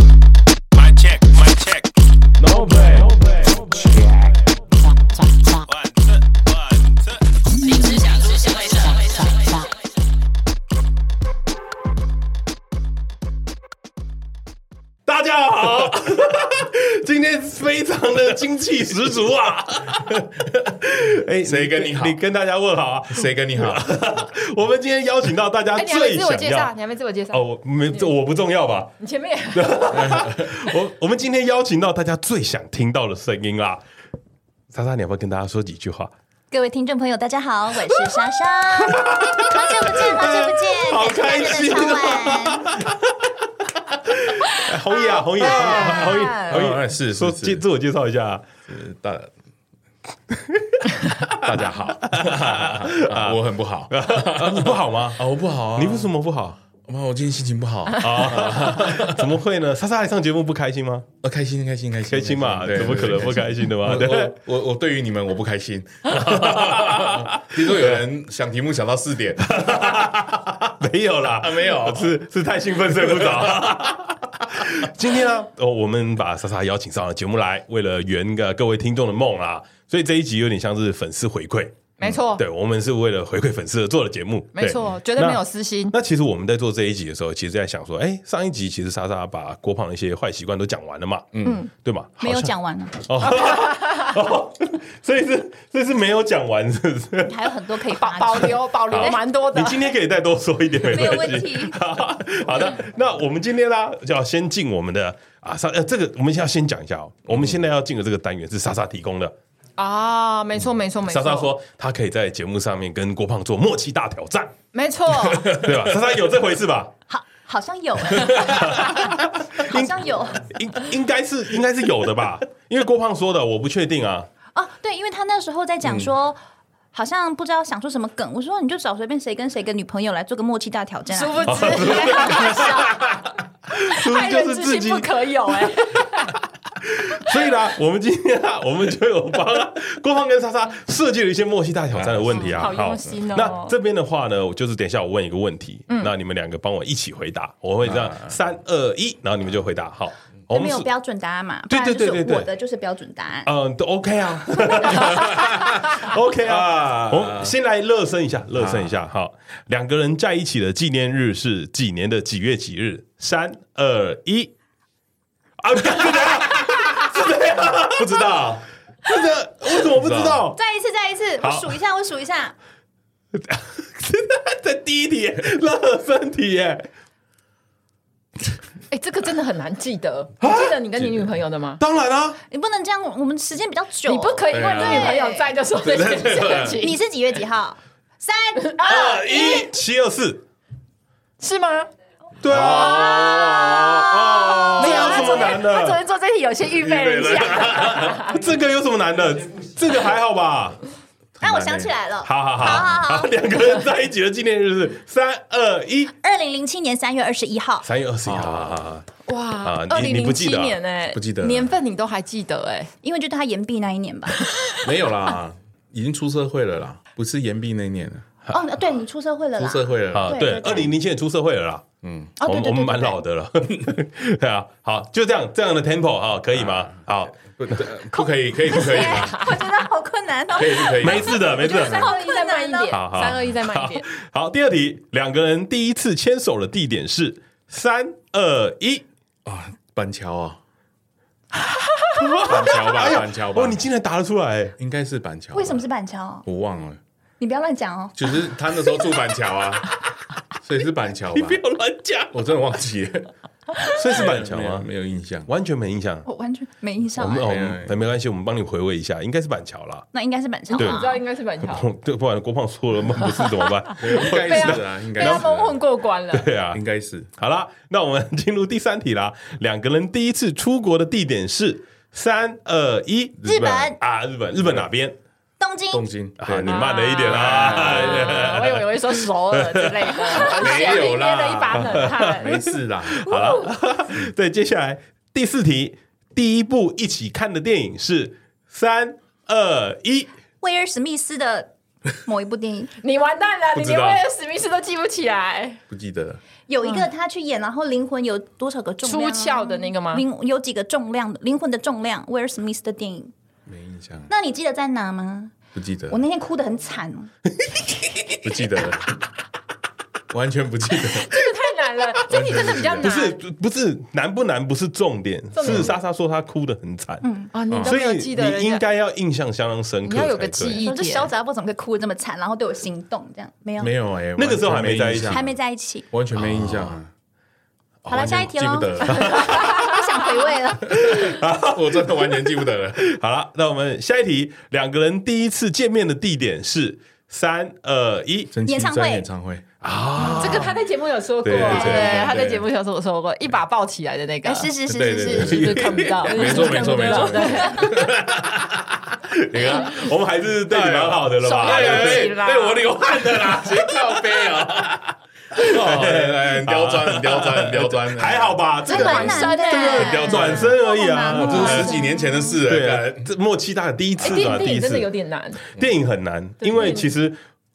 大家好， 今天非常的精气十足啊！ 哎，谁跟你好你跟大家问好啊！谁跟你好？ 我们今天邀请到大家哎，你还没最自我想介绍，要你还没自我介绍，哦，我没我不重要吧？你前面也我我们今天邀请到大家最想听到的声音啦。莎莎，你要不要跟大家说几句话？各位听众朋友，大家好，我是莎 莎，好啊久不见，好久不见，好开感谢心大啊家的敲碗。哎红姨啊，红姨，红姨红姨， 红哦姨，哎是说是介是，自我介绍一下啊。是大大家好， 啊我很不好啊你不好吗？啊，我不好啊，你为什么不好？妈，我今天心情不好啊，怎么会呢？莎莎来上节目不开心吗？开心开心开心开心嘛，对怎么可能不开心的嘛？对对我，我我我对于你们我不开 心。 听说有人想题目想到四点，没有啦，没有是是太兴奋睡不着。今天呢，哦，我们把莎莎邀请上了节目来，为了圆个各位听众的梦啦，所以这一集有点像是粉丝回馈。没错，对，我们是为了回馈粉丝而做的节目，没错，绝对没有私心那。。那其实我们在做这一集的时候，其实在想说，哎、上一集其实莎莎把郭胖的一些坏习惯都讲完了嘛，嗯，对嘛，没有好像讲完啊呢，哦， 所以是这是没有讲完，是不是？还有很多可以保发 保掘。 留保留好蛮多的你，今天可以再多说一点，没没有关系问题好 好的，那我们今天啦，就要先进我们的啊，莎呃，这个我们先要先讲一下哦，我们现在要进的这个单元是莎莎提供的。啊，没错没错没错。莎莎说，她可以在节目上面跟郭胖做默契大挑战，没错，对吧？莎莎有这回事吧？好，好 像有，好像有应应该是应该是有的吧，因为郭胖说的，我不确定 啊。哦，对，因为他那时候在讲说。嗯好像不知道想出什么梗，我说你就找随便谁跟谁跟女朋友来做个默契大挑战殊啊！不 知是不爱是就人是之自己心不？可有哎。所以啦，我们今天啊， 我们就有帮啊郭胖跟莎莎设计了一些默契大挑战的问题啊。好用心哦嗯那这边的话呢，我就是等一下我问一个问题，那你们两个帮我一起回答，我会这样三二一，然后你们就回答。好，我都们没有是标准答案嘛，不对然就对是对对对我的就是标准答案。嗯，都 OK 啊 ，OK 啊，啊我们先来热身一下，热身一下。好，两个人在一起的纪念日是几年的几月几日？三二一， 啊，是这样，是这样，不知道这个为什么不知道？再一次，再一次，我数一下，我数一下，这第一题耶热身题耶，哎，这个真的很难记得。啊你记得你跟你女朋友的吗？当然啊，你不能这样，我们时间比较久。你不可以因为你女朋友在就说这件事情，你是几月几号？三哦哎二一七二四，是吗？对啊，哦，这有什么难他昨的？天做这题有些预备了一下， 这个有什么难的？这个还好吧？那我想起来了，好好好，好好好啊两个人在一起的纪念日是三二一，二零零七年三月二十一号，三月二十一号，哇啊！二你零你不零记七得啊年哎，不记得年份你都还记得哎，因为就他延毕那一年吧。没有啦，已经出社会了啦，不是延毕那年了，哦，对你出社会了出啦，社会了啦啊，对对，嗯对二零零七年出社会了啦，哦，我对们对我对们对蛮老对，的了， 对啊，好，就这样这样的 tempo 啊，可以吗？好，不不不可以，可以不可以 吗？我觉得好困难哦可。以不可以？没事的，没事三的。二一再慢一点，好好三二一再慢一点。好，第二题，两个人第一次牵手的地点是三二一，啊，板桥 啊，板桥吧，板桥吧，哦，你竟然答得出来，应该是板桥吧，为什么是板桥？我忘了，你不要乱讲哦。就是他那时候住板桥 啊，所以是板桥你吧不？要乱讲，我真的忘记了，所以是板桥没有吗？没有印象。完全没印象。我完全没印我象们哎，哦没有没，有没关系，我们帮你回味一下，应该是板桥啦。那应该是板桥啊对你吧知？道应该是板桥，对，不然郭胖说了梦不是怎么办？应该是啊，应被该他是蒙混啊，过关了。对啊应，该是好啦，那我们 进入第三题啦。两个人第一次出国的地点是三二一，日本啊，日本，日本哪边？东京东京啊，对你慢了一点啦。啊我以为会说首尔之 类的，没有啦捏了一把冷汗。没事 啦，好了，对，接下来第四题，第一部一起看的电影是三二一，威尔史密斯的某一部电影，你完蛋了，不你知连道威尔史密斯都记不起来，不记得了。有一个他去演，然后灵魂有多少个重出量？啊窍的那个吗？灵有几个重量的灵魂的重量？威尔史密斯的电影，没印象，那你记得在哪吗？不记得我，那天哭得很惨哦。不记得了，完全不记得。这个太 难了，这题真的比较难。不是不是难不难不是重点，重点是莎莎说她哭得很惨，啊，你都所没以有记得人你家应该要印象相当深刻，你要有个才对记忆说这小杂货怎么可以哭得这么惨，然后对我心动这样？没有，没有哎，那个时候还没在一起哦完全印象还没，在一起。完全没印象啊。好了，下一题记喽不，得了， 不想回味 了。我真的完全记不得了。好了，那我们下一题，两个人第一次见面的地点是三二一，真 演唱会情真演唱会，这个他在节目有说过，对对对哦对，对他在节目有说说过，一把抱起来的那个哎，，是是是对是对对是是不是看不 到？没错没错没错，对你看我们还是对你蛮好的了吧？哎手要有对力对啦被我流汗 的啦，谁靠背啊？哦哎哎很刁钻，很刁钻，很刁钻，还好吧？这这个蛮还难的，这个转身而已啊好难这哦是十几年前的事了。对啊干，这默契大的第一哎，次电吧，电第一影真的次有点难，电影很难，对因为其实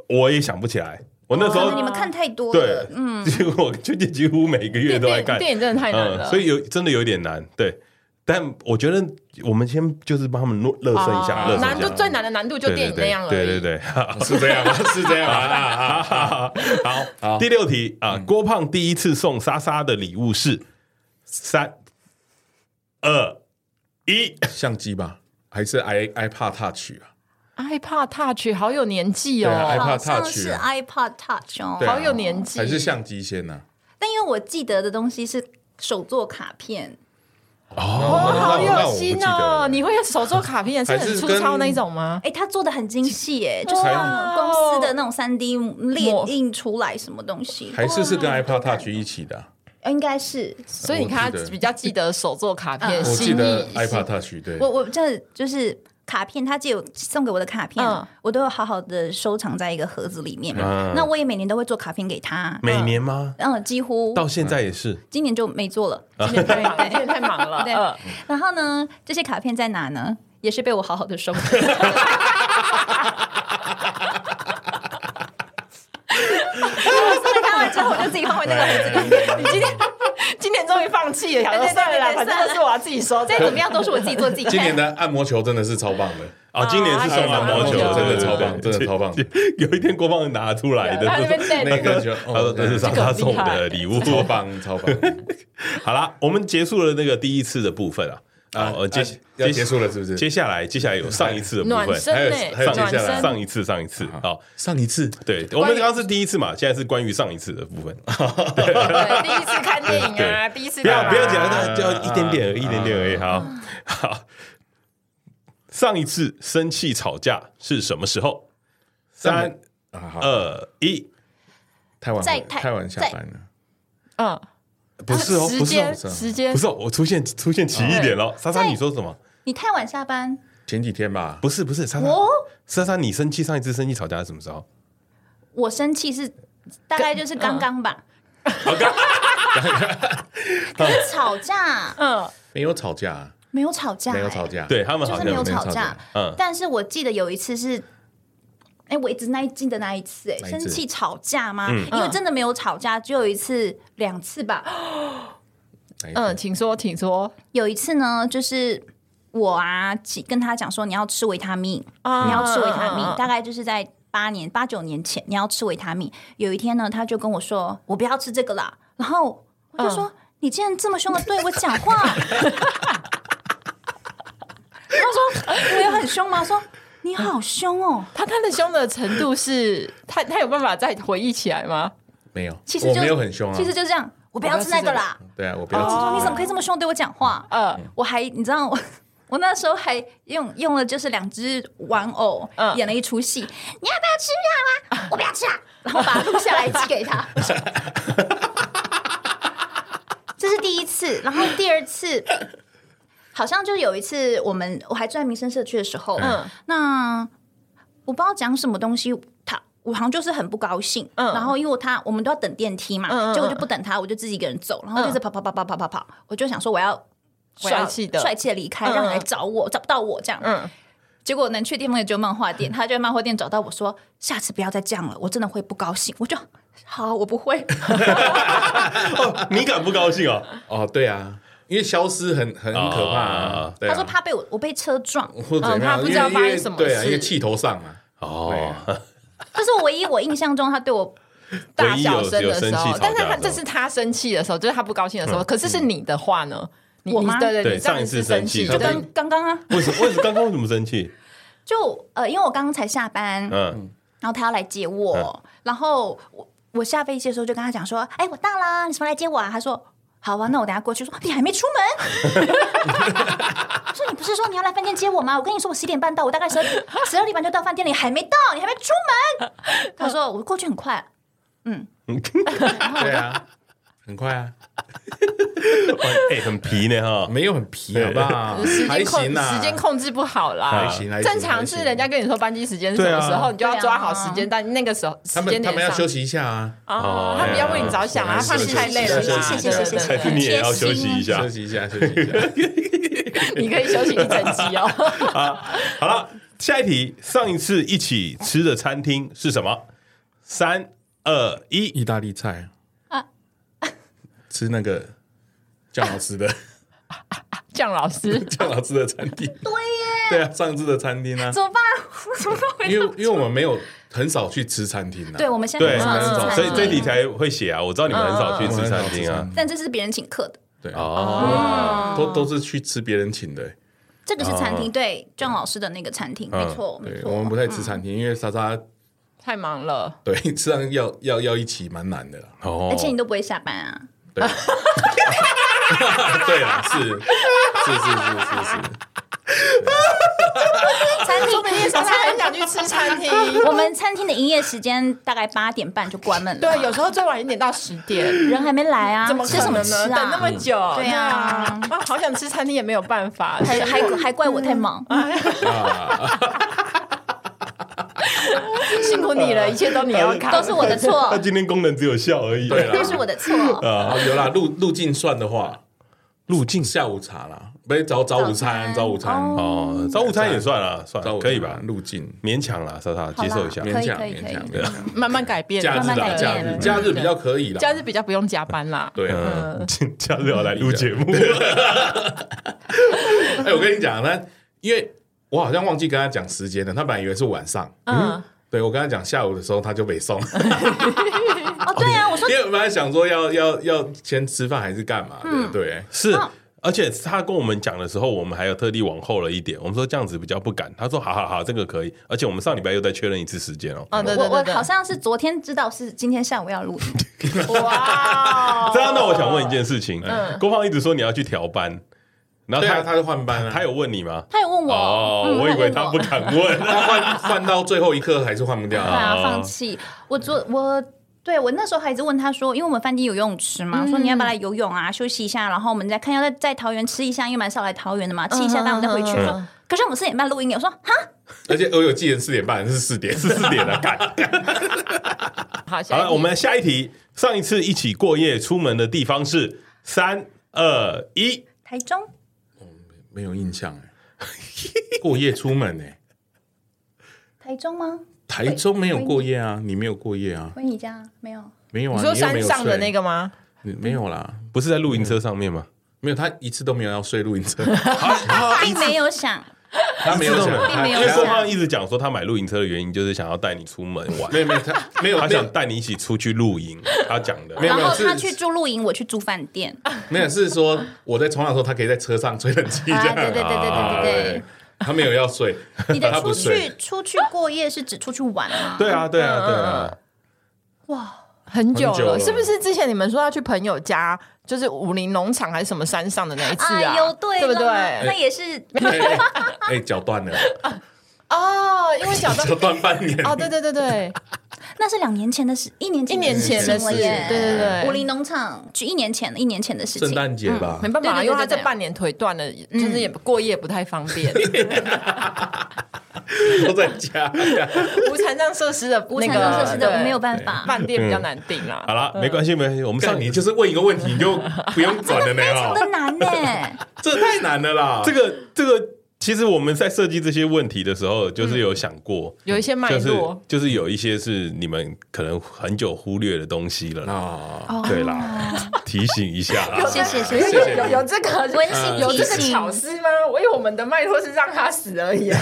我也想不起来，我那时可候能你们看太多对了，，嗯，结果 我最近几乎每个月电都在电看，电影真的太难了，嗯，所以有真的有点难，对。但我觉得我们先就是帮他们热热身一下，啊热身难一下度。最难的难度就对电对影那样而已，对对对，是这 样吗？是这样吗啊啊啊！好，好第六题啊，郭胖第一次送莎莎的礼物是三二一，相机吧，还是 i iPad Touch 啊？ iPod Touch 好有年纪对啊哦，好 iPod 像 Touch 是啊 iPod Touch 哦对。啊好有年纪，还是相机先啊呐？但因为我记得的东西是手作卡片，哦，好那有我不记心得哦了！你会手做卡片是还很是粗跟糙那一种吗？哎，他做的很精细，哎，就是还用公司的那种三 D 列印出来什么东西，还是是跟 iPad Touch 一起的啊？应该是。所以你看我记他得比较记得手做卡片，嗯我心记得意 iPad Touch 对我，我这就是卡片，他借我送给我的卡片啊嗯，我都有好好的收藏在一个盒子里面啊嗯。那我也每年都会做卡片给他， 每年吗？嗯，几乎到现在也是今年就没做了。今天太忙，今天太忙啊了。对嗯然后呢，这些卡片在哪呢？也是被我好好的收。 看完之后，我就自己放回那个盒 子里。你今天 今天终于放弃了，想说对对对算了啦，对反对正都是我要自己收。再怎么样都是我自己做自己看。今年的按摩球真的是超棒的，哦，今年是送啊毛毛球，真的对超棒对真的超棒对对 有一天郭胖拿出来的，他那就是边带那个动球，他说哦这是莎这个莎很送厉我害的礼物，超棒，超棒好啦，我们结束了那个第一次的部分啊，啊，呃接要接结束了是不是？接下来接下来有上一次的部暖分，身呢还有还，有接暖下来身身上一次上一啊次，好，上一次对，我们刚刚是第一次嘛，现在是关于上一次的部分，对第一次看电影啊，第一次不要干嘛不要讲啊那就一点点而已，一点点而已，好，好。上一次生气吵架是什么时候？三呃啊，好，二一，太晚在回太太晚下班了，嗯，不是哦，啊时不是哦间，时间不是哦，我出现出现歧义点了。莎莎，在你说什么？你太晚下班，前几天吧，不是不是，莎莎我，莎莎，你生气上一次生气吵架是什么时候？我生气是大概就是刚刚吧。可是吵架嗯，没有吵架，没有吵架、哎没有吵，架，对他们就好像是没有没有吵吵架架。嗯但是我记得有一次是。哎、我一直那一记得那一次、哎，哪一生次嗯气吵架吗？因为真的没有吵架，只有一次、两次吧。哪一次嗯，请说，请说有一次呢，就是我啊，起跟他讲说你要吃维他命，啊你要吃维他命，嗯嗯嗯大概就是在八年、八九年前，你要吃维他命。有一天呢，他就跟我说：“我不要吃这个啦。”然后我就嗯说：“你竟然这么凶的对我讲话！” 他 说：“我有很凶吗？”说：“你好凶哦。他他的凶的程度是，他他有办法再回忆起来吗？没有，”其实我就没有很凶啊，其实就这样，我不要吃那个啦。对啊，我不要哦吃，你怎么可以这么凶对我讲话？呃，我还你知道我。我那时候还用用了就是两只玩偶、嗯演了一出戏，你要不要吃啊？我不要吃啊！然后把它录下来寄给他。这是第一次，然后第二次好像就有一次我们我还住在民生社区的时候，嗯嗯，那我不知道讲什么东西，他我好像就是很不高兴，嗯然后因为我他我们都要等电梯嘛，嗯嗯结果就不等他，我就自己一个人走，然后嗯就是跑跑跑跑跑跑跑，我就想说我要我要帅气的帅气的离开，嗯让人来找我，找不到我这样。嗯，结果能去的地方也只有漫画店，他就在漫画店找到我说：“下次不要再这样了，我真的会不高兴。”我就好，我不会。哦，你敢不高兴哦？哦，对啊，因为消失很很很可怕啊啊，对啊他说怕被我我被车撞，或者怎么嗯他样，不因知为道发生因为什么对啊，事因为气头上嘛，哦，这是我唯一我印象中他对我大小声有有的生时气候吵，但是架他的这时是他生气的时候，就是他不高兴的时候。可是是你的话呢？你我你吗对对你上一次次生生气就对刚刚刚啊，为什么？为什么刚刚为什么生气？ 就呃，因为我刚刚才下班，嗯，然后他要来接我，然后我我下飞机的时候就跟他讲说：“哎，我到啦，你什么时候来接我啊？”他说：“好啊，那我等下过去。”说：“你还没出门？” 我说：“你不是说你要来饭店接我吗？我跟你说，我十点半到，我大概十十二点半就到饭店了，你还没到，你还没出门。”他说：“我过去很快。”对啊，很快啊，哎，很皮呢哈。没有很皮好不好？时还间控行啦，时间控制不好还啦。行，还行正常是人。还家行跟你说班机时间是什么对啊时候，你就要对啊抓好时间，但那个时候时他间们他点们要休上息一下啊，哦啊，他们要为你着想啊，是怕你是太累了啦。是是是对是是还对是对你也要休息一下休息一下，休息一下。对你可以休息一整集哦。 好了，下一题，上一次一起吃的餐厅是什么？三二一，意大利菜啊啊， 吃那个酱老 师的啊酱老师，酱老师的餐厅，对耶，对啊，上次的餐厅啊，怎么办？ 我怎么办因为因为我们没有很少去吃餐厅啊，对，我们现在 对很少嗯吃餐所以这厅题才会写啊。我知道你们很少去我们吃很少餐厅啊吃餐。但这是别人请客的，对啊，哦，都都是去吃别人请的欸，这个是餐厅，哦对，郑老师的那个餐厅，嗯没错，没对，错。嗯我们不太吃餐厅，因为莎莎太忙了，对 吃上要要要一起蛮难的啦，哦而且你都不会下班啊，对，对 啊，是是是是是是。餐厅小蔡很想去吃餐厅。我们餐厅的营业时间大概八点半就关门 了，对，有时候最晚一点到十点，人还没来啊，怎么吃可什能么呢？等吃那啊？么久，对啊对啊， 好想吃餐厅也没有办法。还还还怪我太忙，嗯辛苦你了，一切都你要扛， 都是我的他错，今天功能只有笑而已。对啦都是我的错。啊，有啦，路路径算的话，路径下午茶啦，不是早早午餐，早餐早午餐，哦哦，早午餐也算了，算早了，午餐可以吧？路径勉强啦，莎莎好接啦受一下。可以勉强可以勉强可勉强，慢慢改变，假慢慢日啦，改假变日假日比较可以啦，假日比较不用加班啦。对啊。 嗯，今下次要来录节目，哎，我跟你讲，他因为我好像忘记跟他讲时间了，他本来以为是晚上，嗯，对我跟他讲下午的时候他就北送，哦，对啊，我说 因为我本来想说要要要先吃饭还是干嘛嗯的，对，是。而且他跟我们讲的时候，我们还有特地往后了一点。我们说这样子比较不敢。他说：“好好好，这个可以。”而且我们上礼拜又再确认一次时间哦。哦，对我对对我对，好像是昨天知道是今天下午要录音，哇哦， 这样，那我想问一件事情：郭胖一直说你要去调班，然后对他啊，他就换班了，他有问你吗？他有问我，哦嗯，我以为他他有不问我敢问。 他换换到最后一刻还是换不掉对啊，啊，哦放弃。我昨我对我那时候还一直问他说，因为我们饭店有游泳池嘛，说你要不要来游泳啊，嗯休息一下，然后我们再看要在在桃园吃一下，因为蛮少来桃园的嘛，吃一下，嗯然后我们再回去。嗯说可是我们四点半录音，我说哈，而且我哦有记得四点半是四点，啊是四点了，干。好，下好一了，题我们下一题。上一次一起过夜出门的地方是三二一，台中 没有印象哎、 过夜出门哎、台中吗？台中没有过夜啊，你没有过夜啊，回你家没有？没有啊，你说你又没山有上的睡那个吗？你没有啦，不是在露营车上面吗？啊没有，他一次都没有要睡露营 车，并没有想，他没有想，并没他因有为想郭胖一直讲说他买露营车的原因就是想要带你出门玩，没有没有他没有他没有想带你一起出去露营。他讲的没有然后是他去住露营，我去住饭 店。啊，没有是说我在床上的时候，他可以在车上吹冷气这对样，啊啊对对对对对 对，他没有要睡，你 的他出不去睡，出去过夜是指出去玩吗？对啊，对啊，对嗯嗯啊，很久很久了了，是不是之前你们说要去朋友家，就是武林农场还是什么山上的那一次啊，啊？有对对不了对那？也是哎哎哎脚断了，哦，因为小脚到断半年，哦，对对对 对，那是两年前的事，一年一年前的事事，情了耶对对对，武林农场，就一年前的一年前的事情。圣诞节吧没，办对对法，对因为他对对嗯这半年腿断了，就是也过夜不太方便。都在 家，无残障设施的无那产个生设施的，对我没有办法。饭店比嗯较难订啊。好啦，没关系，没关系。我们像上你就是问一个问题， 你就不用转了呢非常哦的难呢、这太难了啦！这个这个其实我们在设计这些问题的时候，嗯就是有想过，有一些脉就是络，就是有一些是你们可能很久忽略的东西 了啦。啊，哦对啦，提醒一下啊啦。谢谢 谢有谢。有有这个温馨有这个提醒巧思吗？我以为我们的脉络是让他死而已啊。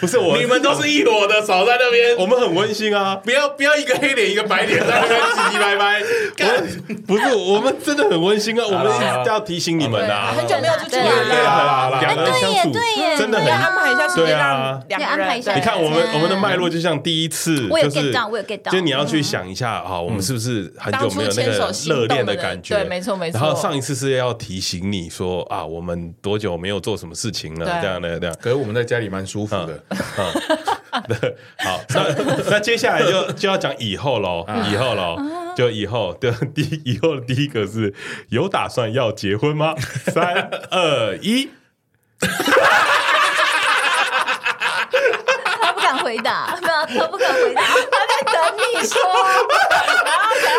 不是我，你们都是一伙的，少在那边，我们很温馨 啊。不要不要一个黑脸一个白脸在那边唧唧歪 歪，干不是，我们真的很温馨啊！我们一直要提醒你们啊。 很久没有出去对啊哎玩对了，啊，两个人相处对啊耶真的要安很。排一下时对间，啊让两个要安人排一下你看，我们嗯我们的脉络就像第一次，我有就是 get 到我有 get 到就是你要去想一下啊，我们是不是很久没有那个嗯当初牵手心动热的恋感觉？人对没错没错然后上一次是要提醒你说啊，我们多久没有做什么事情了？对这样的这样。可是我们在家里蛮舒服的，嗯 好，那那接下来就就要讲以后喽，啊以后喽，就以后 的第以后的第一个是有打算要结婚 吗？三二一，他不敢回答，没有，他不敢回答，他在等 你说。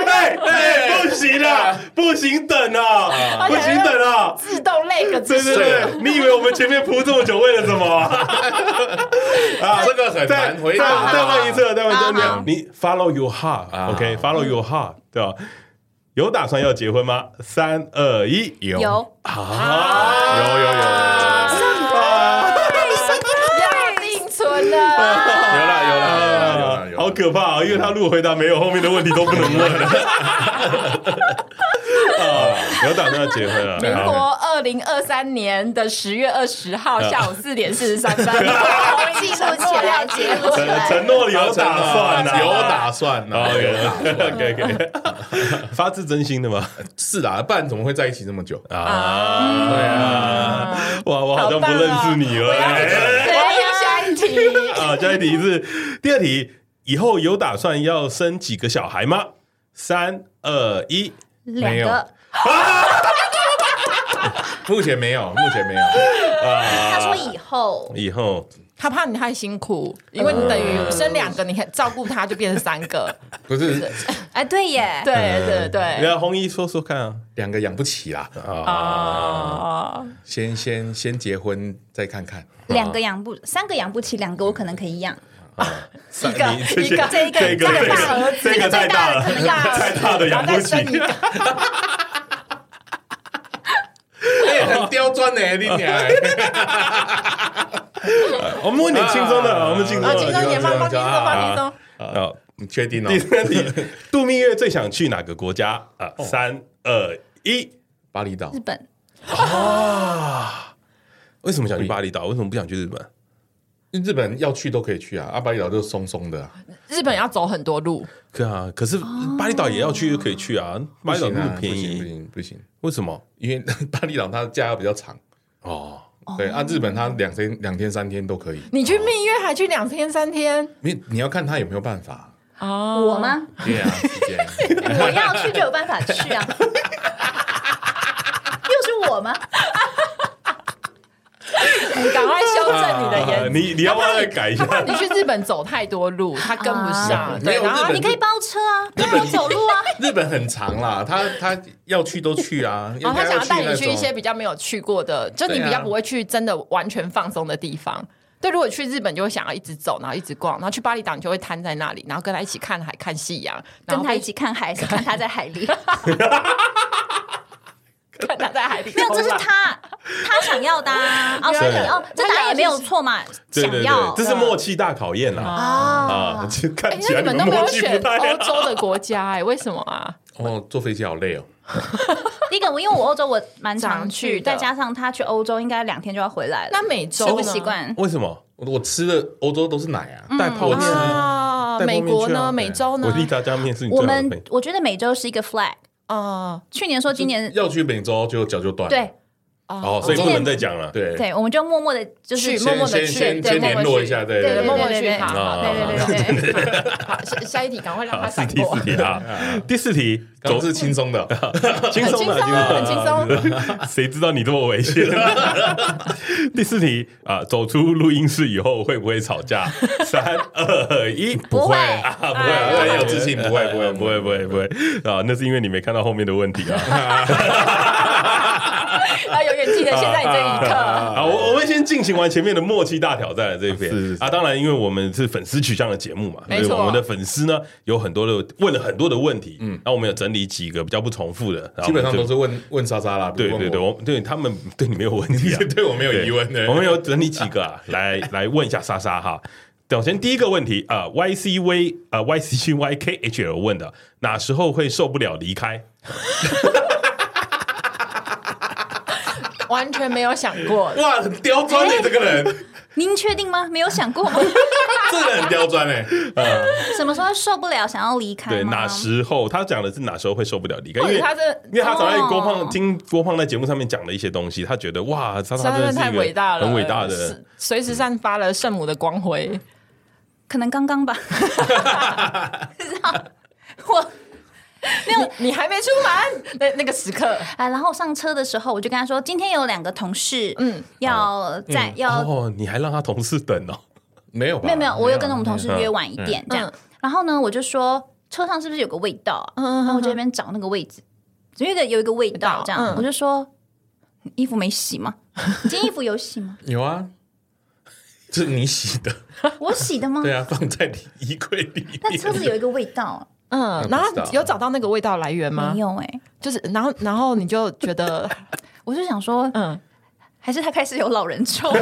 哎哎，不行啊，不行，等哎啊，不行，等啊。自动那个对对对，你以为我们前面铺这么久为了什么啊？ 啊这个很再难回答。再再问一次，再问一好次好，你你 follow your 啊 heart，OK，follow your heart，对吧？有打算要结婚吗？三二一，有有，啊，有有有有要定存有的，啦有啦有啦啊有啦，，好可怕啊！因为他如果回答没有，后面的问题都不能 问了。啊，有打算要结婚了？民好国二零二三年的十月二十号啊下午四点四十三分， 记录起来，记录起承来。承诺有哦打算啊，有打算啊，有打算 OK OK，发自真心的吗？是啦，不然怎么会在一起这么久？啊，对啊，哇，我好像不认识你了。啊哎对，下一题，啊，下一题是第二题，以后有打算要生几个小孩吗？三二一，两没有个，目前没有，目前 没有。他说以后啊以后他怕你太辛苦，因为你等于生两个，你还照顾他就变成三个，不是哎，对 耶，对对你对，让红衣说说看啊。两个养不起啦，哦啊，先先先结婚再看看。两个养不，三个养不起，两个我可能可以养。啊三一个你这一个这个这这个个大儿子这个太大了，这个大 儿 子太大的养不起然后再生一个。哎，很刁钻呢，你俩。我们问点轻松的，我们轻松啊，的轻松一点，放放轻松，放轻松。啊。 你确定哦第？三题，度蜜月最想去哪个国家啊？哦三二一，巴厘岛日本，为什么想去巴厘岛？为什么不想去日本？日本要去都可以去啊，啊，巴厘岛就松松的啊，日本要走很多路，可啊，可是巴厘岛也要去，就可以去啊。巴厘岛那不行么啊便不宜，行不行不行，为什么？因为 巴厘岛它的假要比较长，哦，对啊，日本它两天两天三天都可以，你去蜜月还去两天三天你你要看他有没有办法，哦我？吗？对啊，时间。我要去就有办法去 啊。又是我吗？你赶快修正你 的啊言辞。你你要不要再改一下？你去日本走太多路，他跟不上啊。没对，有然后日本你可以包车啊，跟我走路啊。 日本很长啦，他他要去都去啊，然后他想要带应该你去那一种些比较没有去过的，就你比较不会去真的完全放松的地方。对，如果去日本就会想要一直走，然后一直逛，然后去巴厘岛你就会瘫在那里，然后跟他一起看海、看夕阳，然跟后他被一起看海，是看他在海里。看他在海里。 没有，这是他他想要的 啊。哦，所以对哦，这答案也没有错嘛。对想对对要，这是默契大考验啦。啊，啊，就看哎，起来那你们们都没默有契选不太欧好。洲的国家哎，为什么啊？哦，坐飞机好累哦，第一个我因为我欧洲我蛮常去，常去的再加上他去欧洲应该两天就要回来了，那美洲吃呢不习惯。为什么？我我吃的欧洲都是奶啊，带泡面啊，啊带泡美面国去啊呢？美洲呢我？力炸酱面是你最我好的朋们友。我觉得每周是一个 flag，啊去年说今年要去美洲就脚就断了，嗯对啊！哦，所以我不能今天再讲了。对对，我们就默默的就是去先默默先地去先对先默默联络去一下，对对对对默对默去好，好对对对对，好，下下一题赶快让他啊，是闪第过四。题啊，第四题，总走是轻松的，轻松的，很轻松的轻松的， 谁知道你这么危险？ 第四题啊，走出录音室以后会不会吵架？三二一，不会啊，不会，哎很很有自信不会不会不会，不会，不会啊，那是因为你没看到后面的 问题啊。 要永远记得现在这一刻。啊，我我们进行完前面的默契大挑战的这一篇是是是啊，当然，因为我们是粉丝取向的节目嘛，所没以错我们的粉丝呢有很多的问了很多的问题，嗯，那我们有整理几个比较不重复的，然后基本上我们就都是问问莎莎啦，不对是问对对， 我我对他们对你没有问题 啊，对我没有疑问对的。我们有整理几个啊，来 来问一下莎莎哈。首先第一个问题啊、y C V 啊、Y C C Y K H L 问的，哪时候会受不了离开？完全没有想过。哇，很刁钻欸的这个人，您确定吗？没有想过吗？这个人很刁钻哎。什么时候受不了想要离开对，吗？哪时候？他讲的是哪时候会受不了离开？因或者为哦他是因为他早在郭胖、哦听郭胖在节目上面讲了一些东西，他觉得哇，莎莎真真的的是太一个伟大了，很伟大的嗯人是，随时散发了圣母的光辉。可能刚刚吧。不知道我你还没出门，那那个时刻，啊，然后上车的时候我就跟他说，今天有两个同事，嗯，要在要哦，你还让他同事等哦，没有吧？？没有没有，我有跟我们同事没有约晚一点这样嗯。然后呢，我就说车上是不是有个味道啊？嗯嗯嗯然后我就在那边找那个位置，有一个有一个味道这味道嗯，样我就说你衣服没洗吗？你今天衣服有洗吗有啊，这是你洗的，我洗的吗？ 对啊，放在你衣 柜里那车子面。有一个味道啊，嗯，不然后知道有找到那个味道来源吗没？有哎，就是，然后然后你就觉 得，我就想说嗯，还是他开始有老人臭。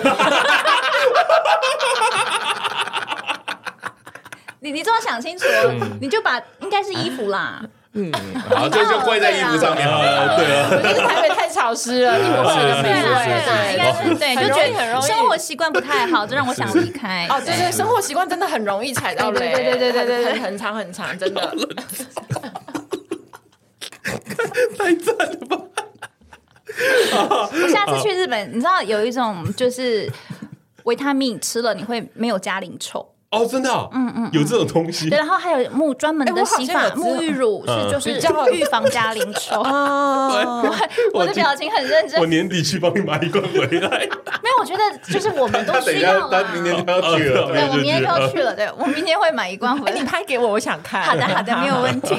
你你这样想清楚哦，嗯你就把应该是衣 服啦，好，这就怪在衣服上面好了。对啊，我觉得台北太潮湿了，一股是对个霉啦味，对啊啦，应该是对，啊很就容易觉很容得易生活习惯不太好，就让我想离开。哦，对对，生活习惯真的很容易踩到雷，对对对对对对很很长很长， 真的。我下次去日本，你知道有一种就是维他命吃了你会没有加龄臭， 哦，真的、哦，嗯嗯，有这种东西对，，然啊后还有嗯沐专门哎的我好像洗发有知道沐浴乳是就是比较预防加龄 臭。哦，我的表情很认真我，年底去帮你买一罐回来。没有，我觉得就是我们他都等一需下要，啦他。明天就要去哦了。对，我就明天去就了要去了，对我明天会买一罐回哎，你来。拍给我，我想看。 好的，好的，没有问题。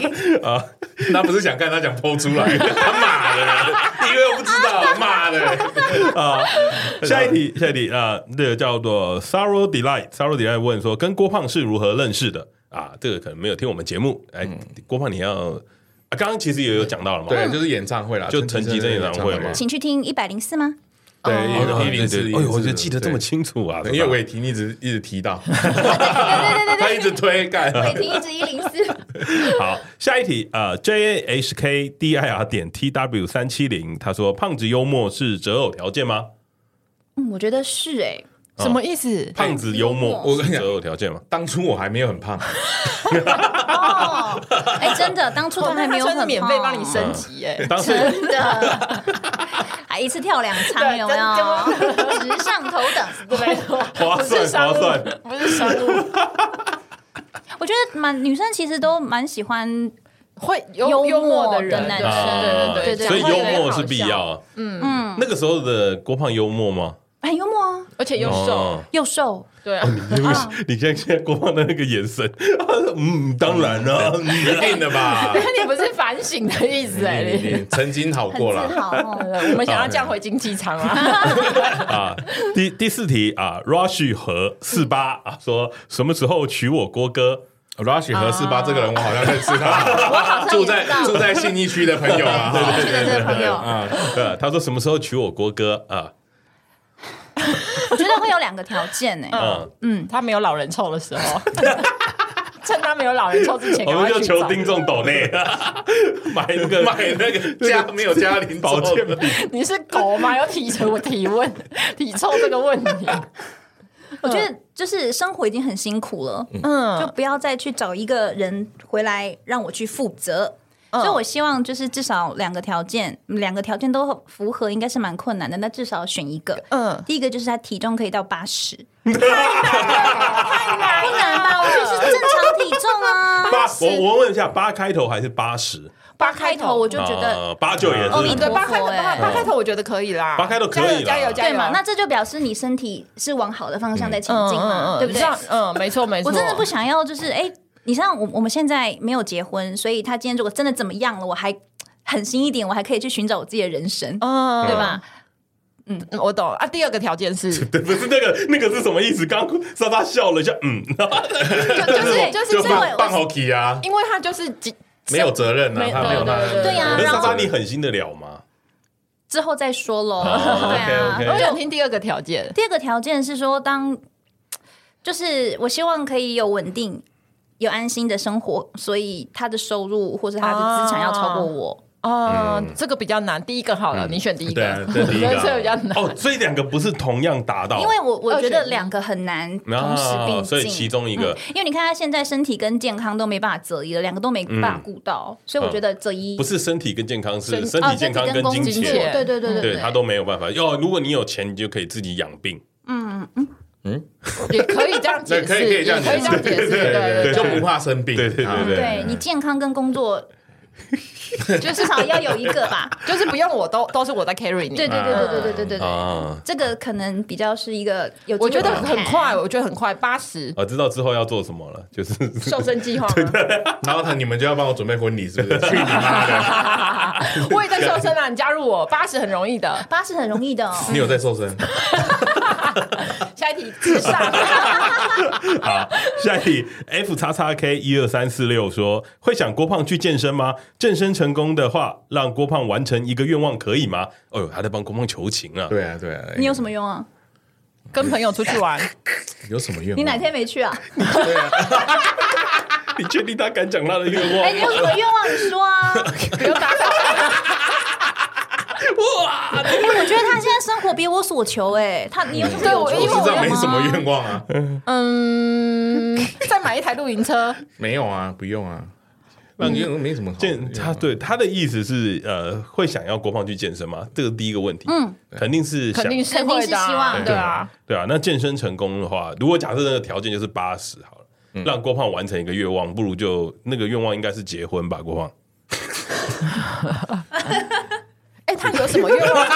他不是想看，他想剖出来。他妈的，你以为我不知 道？妈的！下一题，下一题啊，这个叫做 Sorrow Delight，Sorrow Delight 问说，跟郭胖是如何认识的啊？这个可能没有听我们节目，哎，郭胖你要啊，刚刚其实也有讲到了嘛，对，就是演唱会啦，就陈绮贞演唱会嘛 请去听一百零四吗？哦对，一零对四，对，哎呦，我就记得这么清楚啊，对。因为我也提，一直一直提到， 对对对他一直推干。对，可以听一直一零四。好，下一题啊、j A H K D I R 点 T W 三七零，他说胖子幽默是择偶条件吗？ 嗯，我觉得是哎， 什么意思？胖子幽默，我跟你讲择偶条件吗？当初我还没有很胖，哦，哎，真的，当初哦他那还没有算是很免费胖帮你升级哎。当时 真 的，还啊一次跳两场对有没有？直上头等，没错， 划不是算商划务算，不是商务，我觉得蛮女生其实都蛮喜欢，会幽幽默幽默的人，的男对啊生对对对，所以讲幽话也默好是必笑，要啊。嗯，那个时候的郭胖幽默吗？很幽默啊，而且又瘦哦，又瘦，嗯对 啊，因为你看现在郭胖的那个眼神， 嗯，当然了、嗯一定的吧？那你不是反省的意思哦哎，你 你。你曾经好很过自了，豪 哦。我们想要降回经济舱啊！啊。第第四题啊，Rush 和四八啊，说什么时候娶我郭哥？ Rush 和四八这个人，我好像认识啊他，住在住在信义区的朋友啊，我觉得这个朋友，啊， 呃、他说什么时候娶我郭哥啊？我觉得会有两个条件欸呢。嗯， 他没有老人臭的时 候，趁他没有老人臭之前， 我赶们快就去求找丁仲斗内 买那个 买那个家没有家 林保健品。你是狗吗？有 体什么体温、体臭这个问题？我觉得就是生活已经很辛苦了，就嗯，不要再去找一个人回来让我去负责。嗯所以，我希望就是至少两个条件，两个条件都符合，应该是蛮困难的。那至少选一个，嗯第一个就是他体重可以到八十，太难不难吧？我就是正常体重啊，八，我我问一下，八开头还是八十？八开头我就觉得。哦啊，八九也阿弥是陀佛对八开头八哎八开头，我觉得可以啦，八开头可以啦，加油加油加对油！嘛？那这就表示你身体是往好的方向在前进嘛，对不对这？样嗯，没错没错，我真的不想要，就是哎，你像我我们现在没有结婚，所以他今天如果真的怎么样了，我还狠心一点，我还可以去寻找我自己的人生，嗯，对吧？嗯，我懂啊。第二个条件 是对，不是那个那个是什么意思？刚刚莎莎笑了一下，嗯，就就是就就是因为放放好 key 啊，因为他就是几没有责任啊，没他没有那对对对对啊可是然莎后莎你狠心的了 吗？之后再说喽。 哦对啊 OK，OK 我想听第二个条件，第二个条件是说，当就是我希望可以有稳定、有安心的生活，所以他的收入或是他的资产要啊超过我。哦，这个比较难。第一个好了，你选第一嗯对啊个，，这第一 所以个这个比啊，较难。哦，所以两个不是同样达到，因为我我觉二得选一两个很难然同时并进，哦啊嗯所以其中一个因为你看他现在身体跟健康都没办法择一了，两个都没办嗯法顾到，所以我觉得择一不是身体跟健康，是身身哦体健康身体金工金钱作，钱，对对对嗯对对，他都没有办法。要如果你有钱，你就可以自己养病。也可以这样解对，释，可以可以这样也可以这样解释，对对对，就不怕生病，对对对啊对对你健康跟工 作对，就至是少要有一个吧。就是不用我都都是我在 carry 你。 对对对对对对对对对，啊，这个可能比较是一个有我机觉会得可以很看快，我觉得很快，八十我知道之后要做什么了，就是瘦身 计划吗？啊然后他你们就要帮我准备婚礼，是不 是？去你妈的！我也在瘦身啊，你加入我，八十很容易的。八是很容易 的、哎哦。你有在瘦身？下一题，自杀。 好， 下一题，F 叉叉 K 一二三四六说，会想郭胖去健身吗？健身成功的话，让郭胖完成一个愿望可以吗？哦呦，还在帮郭胖求情啊！对啊，对啊。你有什么用啊？嗯跟朋友出去玩，有什么愿望？你哪天没去 啊？ 你确定他敢讲他的愿望？哎、你有什么愿望？你说 啊！不用打 卡。哎、我觉得他现在生活别我所求、哎，他你有什么对我有我是求因为这样没吗什么愿望啊，嗯，再买一台露营车，没有啊，不用啊，那你没什么好的愿健望。他对他的意思是呃，会想要郭胖去健身吗？这个第一个问题，嗯，肯定是 想肯定是会的啊，肯定是希望对啊。对啊。那健身成功的话，如果假设那个条件就是八十好了，让郭胖完成一个愿望，不如就那个愿望应该是结婚吧，郭胖。哎，他有什么愿望是？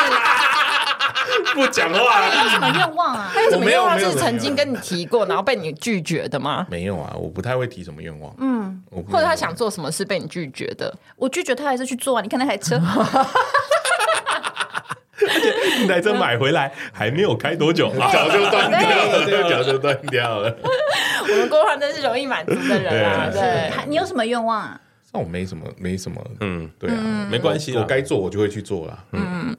不讲话有什么愿望啊？他有什么愿望我没有没有是曾经跟你提过，然后被你拒绝的吗？没有啊，我不太会提什么愿望。嗯，或者他想做什么事被你拒绝的？我拒绝他还是去做啊？你看那台车， 来这买回来还没有开多久，脚啊，就断掉了，这个脚就断掉了。我们郭胖真是容易满足的 人啊， 对对。你有什么愿望啊？那我没什么，没什么，嗯，对啊，没关系啦，我该做我就会去做啦。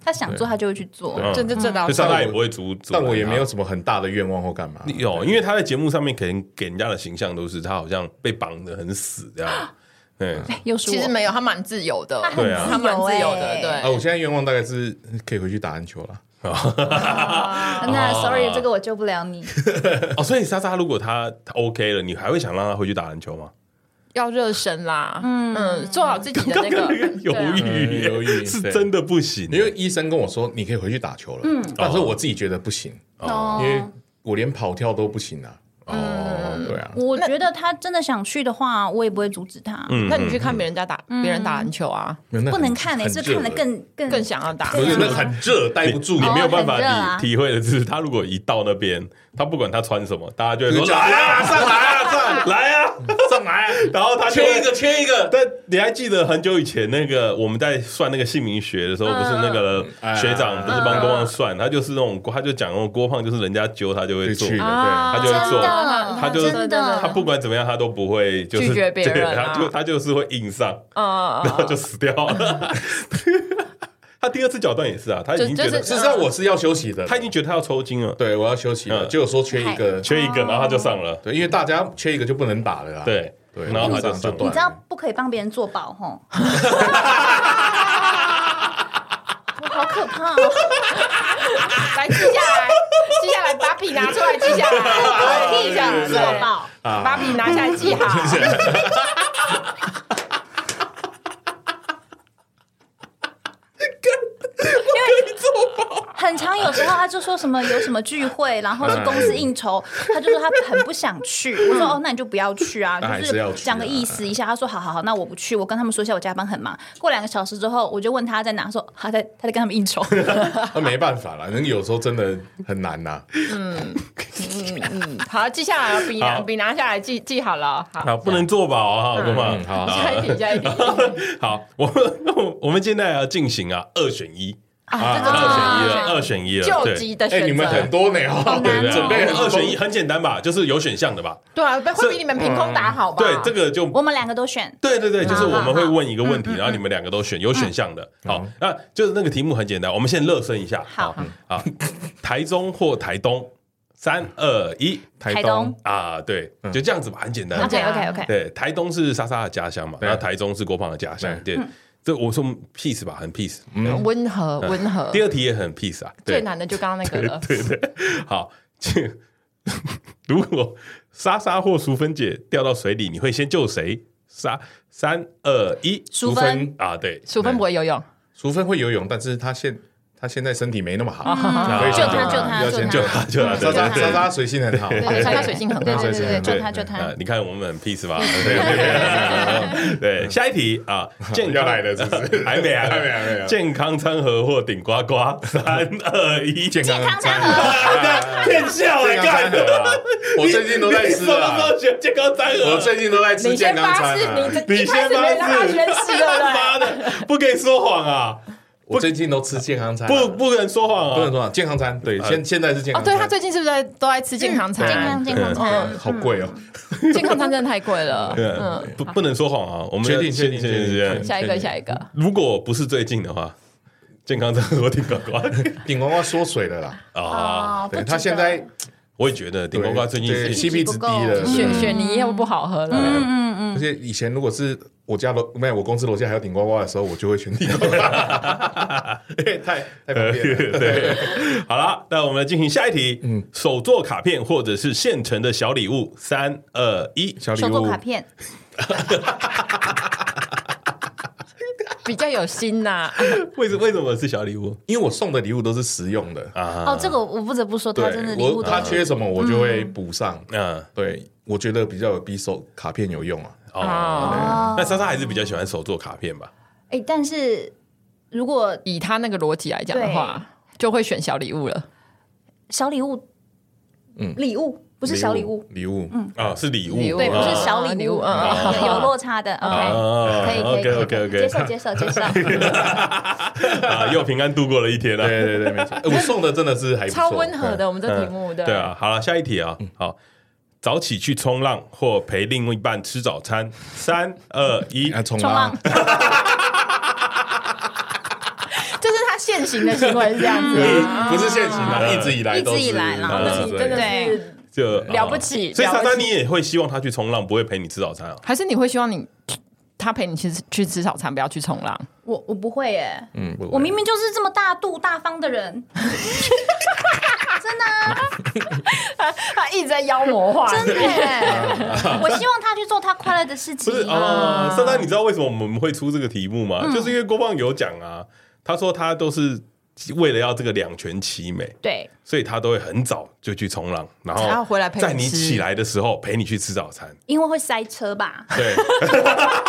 他想做他就会去做。对啊这这这哦倒就是上大也不会阻阻，但我也没有。什么很大的愿望或干嘛。有，因为他在节目上面可能给人家的形象都是他好像被绑得很死这 样，嗯，哎又是我其实没有，他蛮自由的，他很对啊他蛮自由的，自由欸啊，对。我现在愿望大概是可以回去打篮球了。 那 sorry，这个我救不了你。哦，所以莎莎如果他 OK 了，你还会想让他回去打篮球吗？要热身啦，嗯做好自己的刚那刚那个。啊个犹豫，嗯 犹豫是对真的不行，因为医生跟我说你可以回去打球了，嗯，但是我自己觉得不行，哦因为我连跑跳都不行啊。哦，对啊，我觉得他真的想去的话，我也不会阻止他。嗯那你去看别人家打，嗯别人打篮球啊，不不能看呢、是不是看得更更更想要打。欸不是那很热，待不住，你没有办哦很热法啊体体会的是，他如果一到那边，他不管他穿什么，大家就会就哎说是叫来啊，上来啊，上 来啊，上来啊， 然后他就会缺一个，缺一个。但你还记得很久以前那个我们在算那个姓名学的时候，不是那个嗯学长不是帮郭胖算，他就是那种他就讲那种郭胖就是人家揪他就会做就，去了他就会做，啊的他就真的他不管怎么样他都不会就是拒绝别人对啊他就他就是会硬上，啊，然后就死掉了。他第二次绞断也是啊，他已经觉得就事实上我是要休息的，他已经觉得他要抽筋了，对我要休息了，嗯结果说缺一个，缺一个，然后他就上了，对，因为大家缺一个就不能打了啦。对 对然后他就你上你了你知。道不可以帮别人做保吼。我好 可怕、哦！来记下来，记下来，把笔拿出来记下哎来，可对以记下来， 做对保，把笔拿下来记好。 很常有时候他就说什么有什么聚会，然后是公司应 酬，他就说他很不想去。我说哦，那你就不要去 啊，那还就是要是去啊讲个意思一下。他说好好好，那我不去，我跟他们说一下我加班很忙。过两个小时之后，我就问他在哪，说啊他在他在跟他们应 酬。那没办法啦，那有时候真的很难呐。嗯，好，记下来，笔拿好笔拿下来，记记好了。好，好，不能做保哈，郭胖嗯。好下一题，下一题。 好，我们我们现在要进行啊二选一，啊，这真的二选一了，是二选一了，救对急的哎，选你们择很。多呢好哦，难哦对对，准备对很多二选一很简单吧，就是有选项的吧。对啊，会比你们凭空打好吧？对，这个就我们两个都 选，对对对，就是好我好们会好问一个嗯问题，然后你们两个都选，有选项的。好，那就是那个题目很简单，我们先热身一下。好啊，台中或台东，三二一，台东啊，对，就这样子吧，很简单好。 ，OK OK OK，对，台东是莎莎的家乡嘛，对然后台中是郭胖的家乡，对，这我说 peace 吧，很 peace。嗯温和温和第。二题也很 peace 啊，对最难的就刚刚那个了，对对，对好。这如果莎莎或淑芬姐掉到水里，你会先救谁？莎，三二一，淑芬啊，对，淑芬不会游泳，淑芬会游泳，但是她现她现在身体没那么嗯啊啊好，所以救她就救她要救先她救她，救她，莎救莎她，对莎莎水性很好，对对， 他水性很对好好。嗯对对对，对就他就他呃，你看我们很 peace 吧？对嗯对对 对，下一题啊，健康要来了是不是？还没啊，还 没还没还没健康餐盒或顶呱呱，三二一，健康餐盒啊骗笑哎， 健康干餐盒啊！我最近都在你什吃么时啊候，学健康餐盒？我最近都在吃你健先康发餐誓，啊，你这一开始没让他宣誓，对不 对？妈的，不可以说谎啊！我最近都吃健康餐啊，不，不能说谎啊！不能说啊健康餐，对，现现在是健哦，康对餐，他最近是不是在都在吃健康餐？健康健康餐，好贵哦， 健康餐真的太贵了。对嗯，不不能说谎啊！我们确定先确定先确定先先确定下一个，下一个，如果不是最近的话， 健康餐盒顶呱 呱顶呱呱缩水了啦，啊！哦，对不值他现在得我也觉得顶呱呱最近对是 CP 值低了，嗯雪雪泥又不好喝了，而且以前如果是我家楼没有我公司楼下还有顶呱呱的时候，我就会选顶呱呱， 因为太太方呃便 了。对，好了，那我们来进行下一题。嗯，手作卡片或者是现成的小礼物，三二一，小礼收购物卡片，比较有 心呐。为什为什么是小礼物因为我送的礼物都是实用的，啊？哦，这个我我不得不说，他真的对礼物我都他缺什么我就会补上。嗯对，我觉得比较有比手卡片有用啊。哦，哦，那莎莎还是比较喜欢手作卡片吧？哎，但是如果以他那个逻辑来讲的话，就会选小礼物了。小礼物，嗯礼物不是小礼物，，嗯礼物，啊，是礼物，礼物对，不是啊小礼物，啊啊啊有有落差的，OK。啊可以可以可以，OK 可 OK 以接 OK，受接受 接受，嗯啊，又平安度过了一天了。对对对，没错。哎我送的真的是还不错超温和的，我们这题目对啊，好了，下一题啊，好，早起去冲浪或陪另一半吃早餐，三二一嗯，啊，冲冲浪浪，这是他现行的行为是这样子啊，不是现行的，嗯一直以来都是啊一直以来啦都是你这真的样是对就了不起啊所以了不莎莎，起你也会希望他去冲浪，不会陪你吃早餐啊？还是你会希望你他陪你去去吃早餐，不要去冲浪？我我不会耶，嗯，我明明就是这么大度大方的 人，他一直在妖魔化，真的耶，我希望他去做他快乐的事嗯不情嗯啊是。哦，莎莎，你知道为什么我们会出这个题目吗？就是因为郭胖有讲啊，他说他都是为了要这个两全其美，对，所以他都会很早就去冲浪，然后才要回来陪你在你吃起来的时候陪你去吃早餐。因为会塞车吧？ 对，对啊，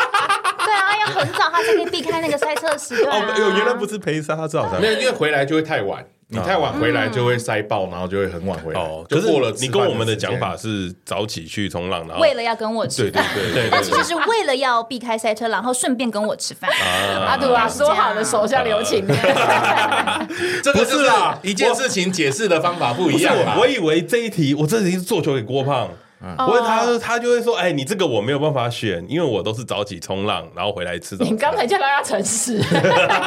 要很早他才可以避开那个塞车的时段啊。哦，原来不是陪莎莎吃早餐没。有，因为回来就会太晚，你太晚回嗯来就会塞爆，然后就会很晚回来，哦，就可是过了吃你饭跟我们的时间讲法是早起去冲浪，然后为了要跟我对吃哦对饭，对对对但其实是为了要避开塞车，然后顺便跟我吃饭。阿杜啊，说好的手下留情，啊这个不是啦就是一件事情解释的方法不不一是样啊我啊嗯啦，我以为这一题我这题是做球给郭胖，我他他就会说，哎，你这个我没有办法选，因为我都是早起冲浪，然后回来吃早你餐。刚才叫大家诚 实，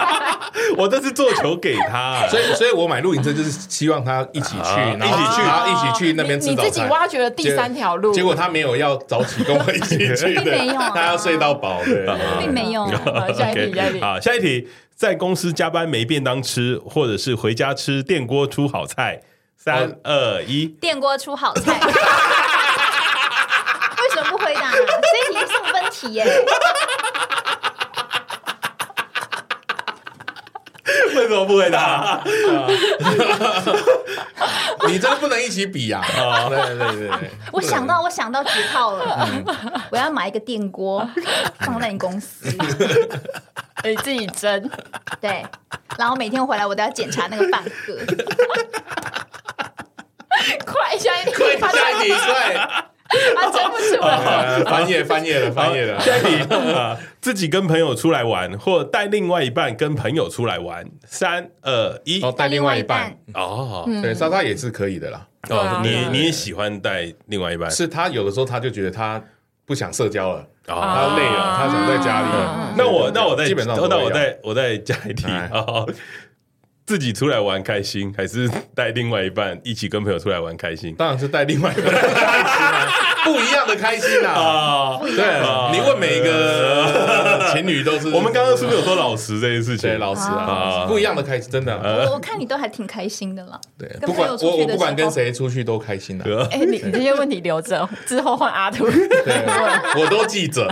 我这是做球给他，所以所以我买露营车就是希望他一起去，啊然一起后去然后一起去那边你吃你早自己餐。挖掘了第三条路，结果他没有要早起跟我一起去 并的没有啊，他要睡到饱 的。并没有， 啊好下一 OK，题，下一题，好，下一题，在公司加班没便当吃，或者是回家吃电锅出好菜，三二一，电锅出好 菜。为什么不回答、啊？这一题送分题耶、 为什么不回答？你真的不能一起比呀！啊对对对对，我想到，我想到绝套了，嗯我要买一个电锅放在你公司，你自己争。对，然后每天回来我都要检查那个 饭盒。快下一题， 快下一题，快！啊，撑不住了。呃翻页翻页了，翻页了好。下一题啊，自己跟朋友出来玩，或带另外一半跟朋友出来玩。三二一，然后带另外一半，哦，对，莎莎也是可以的啦。对哦啊，对你啊你也喜欢带另外一半？哦是她有的时候她就觉得她不想社交了，啊啊。她累了，她想在家里啊。那我那我再基本上都那会我啊再我再加一题哎啊，哦自己出来玩开心，还是带另外一半一起跟朋友出来玩开心？当然是带另外一半开心啊，不一样的开心啊。 啊，对，你问每一个情侣都是，我们刚刚是不是有说老实这件事对情？老师啊啊，不一样的开心，真的。我我看你都还挺开心的啦。对，跟不管朋友出我去我的不管时候跟谁出去都开心的、啊呃哎，你你这些问题留着，之后换 阿图。对，我都记着，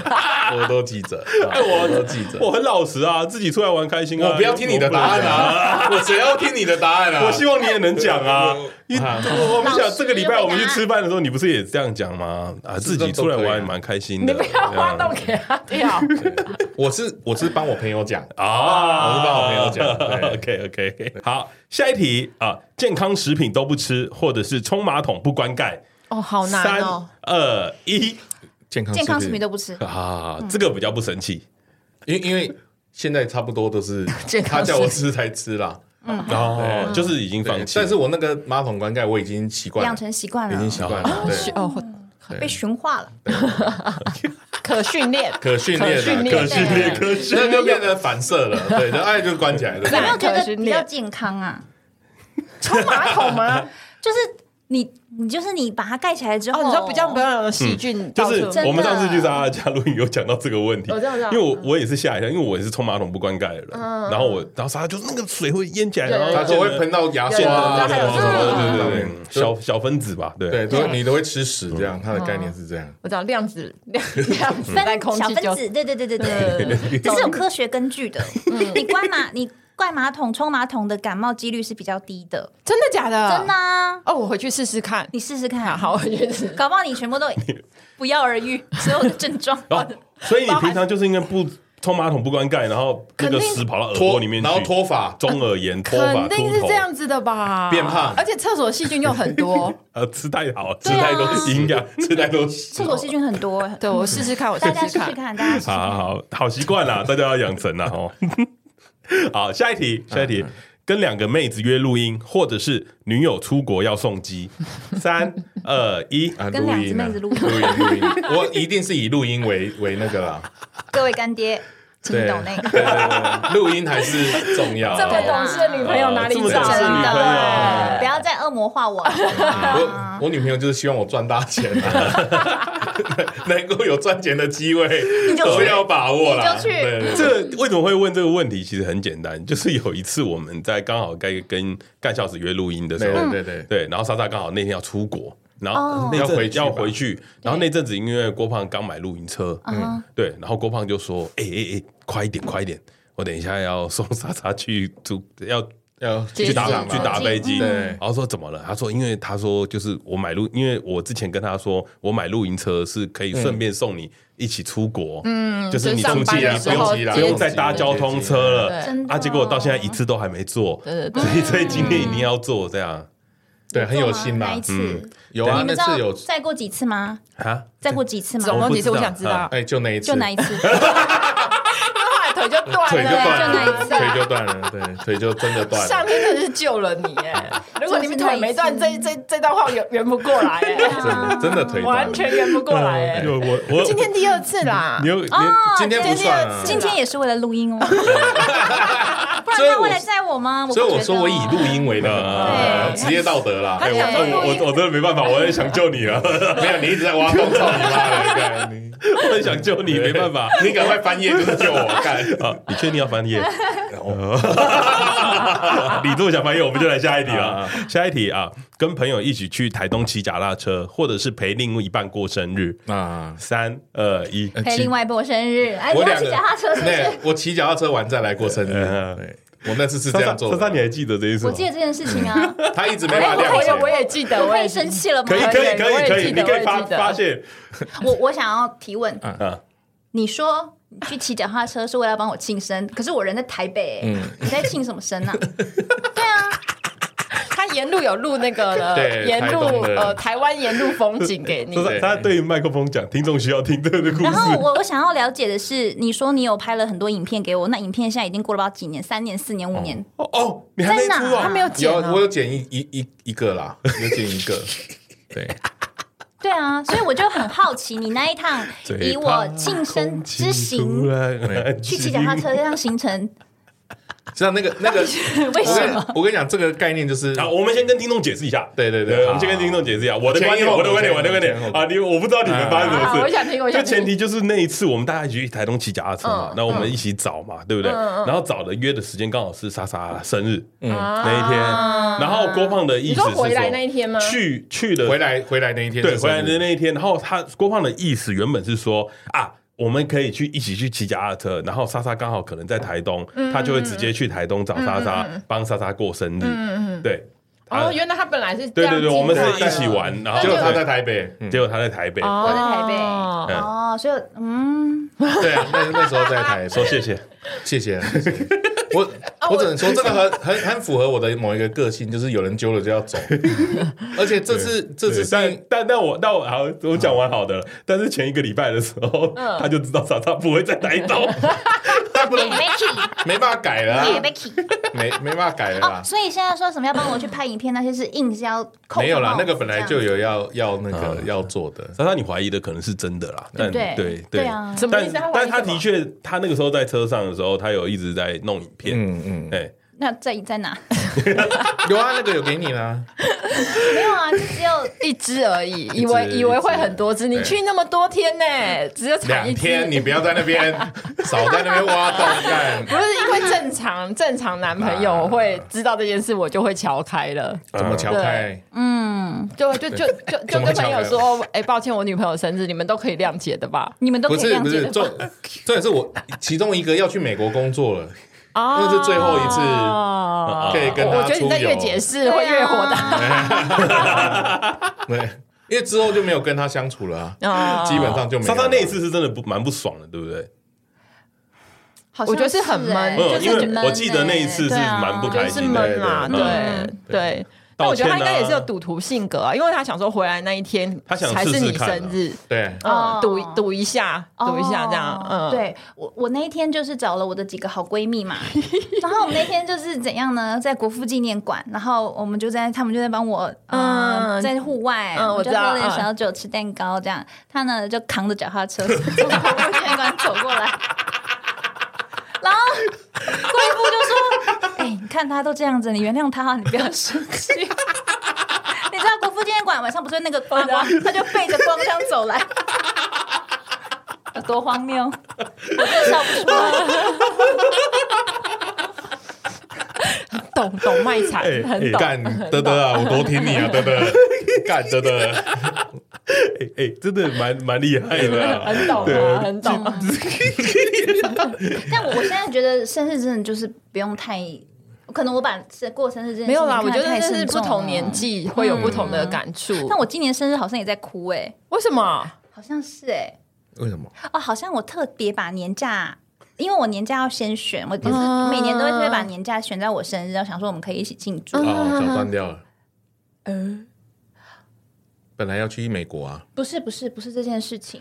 我都记着，啊我都记着。哎我很老实啊，自己出来玩开心啊。我不要听你的答案啊！我谁要听你的答案 啊？我希望你也能讲 啊我！你啊我我们老想师这个礼拜我们去回答吃饭的时候，你不是也这样讲吗？啊，自己出来玩也蛮开心的。你不要挖洞这给他跳。我是我是帮我朋友讲，样啊！我是帮我朋友 讲对 OK OK，好，下一题啊，健康食品都不吃，或者是冲马桶不关盖。 哦，好难三哦。二一健康健康食品，都不吃，啊，这个比较不神奇因因为现在差不多都是健他康食品叫我吃才吃啦，哦，就是已经嗯对放弃了。但是我那个马桶灌溉我已经习惯养了，成习惯已经了，习惯了，对，哦，被驯化了。可训练， 可训练可啊训练，可训练，可训那就变成反射 了，对，那爱就关起来了。有没有觉可得是比较健康啊？冲马桶吗？就是你你就是你把它盖起来之后， 哦，你说比较不要有细菌哦就到处，是真的啊我们上次去莎莎家录影有讲到这个问题，我知道我知道因为我我也是吓一跳，因为我也是冲马桶不关盖的人，嗯然后我然后莎莎就那个水会淹起来，对然后他说会喷到牙刷啊，有有有什么什么对的对对对对对，小小分子吧，对对，嗯都你都会吃屎这样，它的概念是嗯这样。我知道量子 量量子在分空小气分就子，对对对对对，对这是有科学根据的。你关马你盖马桶冲马桶的感冒几率是比较低的，真的假的？真的啊，哦，我回去试试看。你试试看好，好，我回去试。搞不好你全部都不药而愈，所有的症状。然后所以你平常就是应该不冲马桶不关盖，然后那个肯定屎跑到耳朵脱里面去， 然后脱发，中耳炎、脱发、肯秃定 是头这，样子的吧？变胖而且厕所细菌又很多。 呃，吃太好，吃啊太多营养，吃太多。 厕所细菌很多，对，我试试看，我试大家试试试。看，大家试试好好看。好，好习惯啦，大家要养成啦哦。好，下一题，下一题，跟两个妹子约录音，或者是女友出国要送机。三二一，啊，跟录两只音啊妹子录录音录音，我一定是以录音为为那个 啦，各位干爹，请对懂那个。对对对录音还是重要啊。这么懂事的女朋友哪里哦这么找啊懂事的女朋友的，不要再恶魔化我了。我我女朋友就是希望我赚大钱啊， 能够有赚钱的机会你就都去要把握啦。你就去对对对这个为什么会问这个问题？其实很简单，就是有一次我们在刚好该跟干校子约录音的时候，对对对对，然后莎莎刚好那天要出国，然后哦那阵要回去吧要回去，然后那阵子因为郭胖刚买露营车，嗯，对，然后郭胖就说：“哎哎哎，快一点，快一点，我等一下要送莎莎去住，要要去接去打打机赏去嘛打飞机，对嗯然后说怎么了？他说因为他说就是我买露，因为我之前跟他说我买露营车是可以顺便送你一起出国，嗯，就是你就上出班去的啊时不用候不用再搭接交通车了对真的啊！结果我到现在一次都还没做，对对对所以所以今天一定要做这样对，很有心嘛。嘛那一。次嗯，有啊，你那们知道次有，再过几次吗？啊。再过几次吗？总我共不几次？我知道啊想知道。哎，就那一次，就那一次，后来腿就断腿就了，断就了，那一次啊腿就断了，对，腿就真的断上了。天真的是救了你哎！如果你们腿没断，这这这段话圆圆不过来 哎，真的真的腿断完了，全圆不过来哎就。我我今天第二次啦你，有你今天不算嗯啊，哦今天也是为了录 音哦。不然他为了载我吗？所以不我觉说得我以哦录音为啊那个职业道德啦。他哎想说我我我真的没办法，我很想救你 啊，我没有，你一直在挖洞，操你妈的！对你我很想救你，没办法。你赶快翻页就是救我， 干！啊，你确定要 翻页？哦 你这么想翻页，我们就来下一题了。下一题啊，跟朋友一起去台东骑脚踏车，或者是陪另一半过生日。啊，三二一，哎陪另外一半过生日，哎，我你要两骑个脚踏车 是不是？对，我骑脚踏车完再来过生日。嗯对，我那次是莎这莎，样做莎莎，你的。还记得这件事我吗？记得这件事情啊， 他一直没办法我谅也我解。也记得，我我也也记得生气了吗可以？可以可我以也可以，记你得可我以也发记得发现我我想要提问，啊，你说你去骑脚踏车是为了帮我庆欸嗯 生，可是我人在台北，哎你在庆什么生啊？对啊，他沿路有录那个的，对沿台路东的呃台湾沿路风景 给你就。是他对麦克风讲，听众需要听这个故事。然后我我想要了解的是，你说你有拍了很多影片给我，那影片现在已经过了不知道几年，三年、四年、五年，哦哦，你还没在哪出他啊没？有剪有啊哦我有剪一一一一个啦，有剪一个，对，对啊，所以我就很好奇，你那一趟以我晋升之行去骑脚踏车这样行程，知道那 个那个，为我什跟么？我跟你讲，这个概念就是，啊，我们先跟听众解释一下。呃对对对我们先跟听众解释一下我的观前因点，后我的观点，果我的观点前因后果啊，你我不知道你们发生什啊，么我事。想听，我就想听。前提就是那一次我们大家一起去台东骑脚踏车嘛嗯，那我们一起找嘛，对不对？然后找的约的时间刚好是莎莎生日那那一天，哦然后郭胖的意啊你思说是回来那一说天吗？去去的回来回来那一天是对，生日，回来的那一天，然后他郭胖的意思原本是说啊，我们可以去一起去骑脚踏车，然后莎莎刚好可能在台东，嗯他就会直接去台东找莎莎，帮莎莎过生日。对，嗯哦，啊原来他本来是这对样对对，计划我们的是一起，玩，然后结果他对在台北，嗯结果他在台北，哦，在台北嗯哦，所以嗯，对啊，那那时候在 台北说，谢谢，谢谢。我啊我只能说，这个很很很符合我的某一个个性，就是有人揪了就 要走。而且这次这次对但是但但我但我好，我讲完好的了，但是前一个礼拜的时候，嗯他就知道莎莎不会在台东，但不能也 Becky，没办法改了啊，也 Becky 没没办法改了哦，啦。所以现在说什么要帮我去拍影片，那些是硬是要扣没有啦上，帽那子个本来这就有样要要那啊个要做的。莎莎你怀疑的可能是真的啦，但嗯对嗯对对啊，什么但意思？他但玩他什么的，确，他那个时候在车上的时候，他有一直在弄影片，嗯嗯，哎，那在在哪？有啊，那个有给你啦。没有啊，就只有一只而已，以只为以为会一只很多只，你对去那么多天呢，只有产两一只天，。你不要在那边少在那边挖洞干不。是因为正常正常男朋友会知道这件事，我就会瞧开了，怎啊么呃瞧开？嗯，就就就就就怎么跟会朋瞧开友说，哎、抱歉，我女朋友生日，你们都可以谅解的吧？你们都可不以是谅不解是的，重 吧。重点是我其中一个要去美国工作了，啊那是最后一次可以跟我他我觉得你在出游越解释啊会越火大。大，对，因为之后就没有跟他相处了啊。啊基本上就没有莎了。莎那一次是真的不蛮不爽的，对不对？好像我觉得是是很闷欸嗯就是因为很我记得闷那一欸次是对啊蛮不就开是心的闷嗯嘛，对对对对。但我觉得他应该也道是有歉啊赌徒性格啊，因为他想说回来那一天，他想才是试你试看啊生日，对，嗯哦，赌一赌一下，赌一下这样，嗯，，哦对我，我那一天就是找了我的几个好闺 蜜嘛，然后我们那天就是怎样呢，在国父纪念馆，然后我们就在他们就在帮我，嗯、嗯在户外，嗯我们就我知道喝点小酒，吃蛋糕这样。他呢就扛着脚 踏车从国父纪念馆走过来，然后贵妇就说：“哎、你看他都这样子，你原谅他，你不要生气。” 你知道国父纪念馆晚上不是那个光光，他就背着光枪走来，有多荒谬！我真的笑不出 来。懂懂卖惨，哎很哎懂。干德德啊，我都听你啊，德德， 干德德，哎哎，真的蛮蛮厉害的啊。 很懂啊，很懂。但我我现在觉得生日真的就是不用太，可能我把生过生日这件事情没有啦，看我觉得太这是慎不重同了嗯年。纪会有不同的感触。但我今年生日好像也在哭哎、为什么？好像是哎、为什么？哦，好像我特别把年假。因为我年假要先选，我就是嗯每年都会特别把年假选在我生日，然后想说我们可以一起庆啊祝。哦，脚断掉了，呃嗯，本来要去美国啊， 不是不是不是这件事情，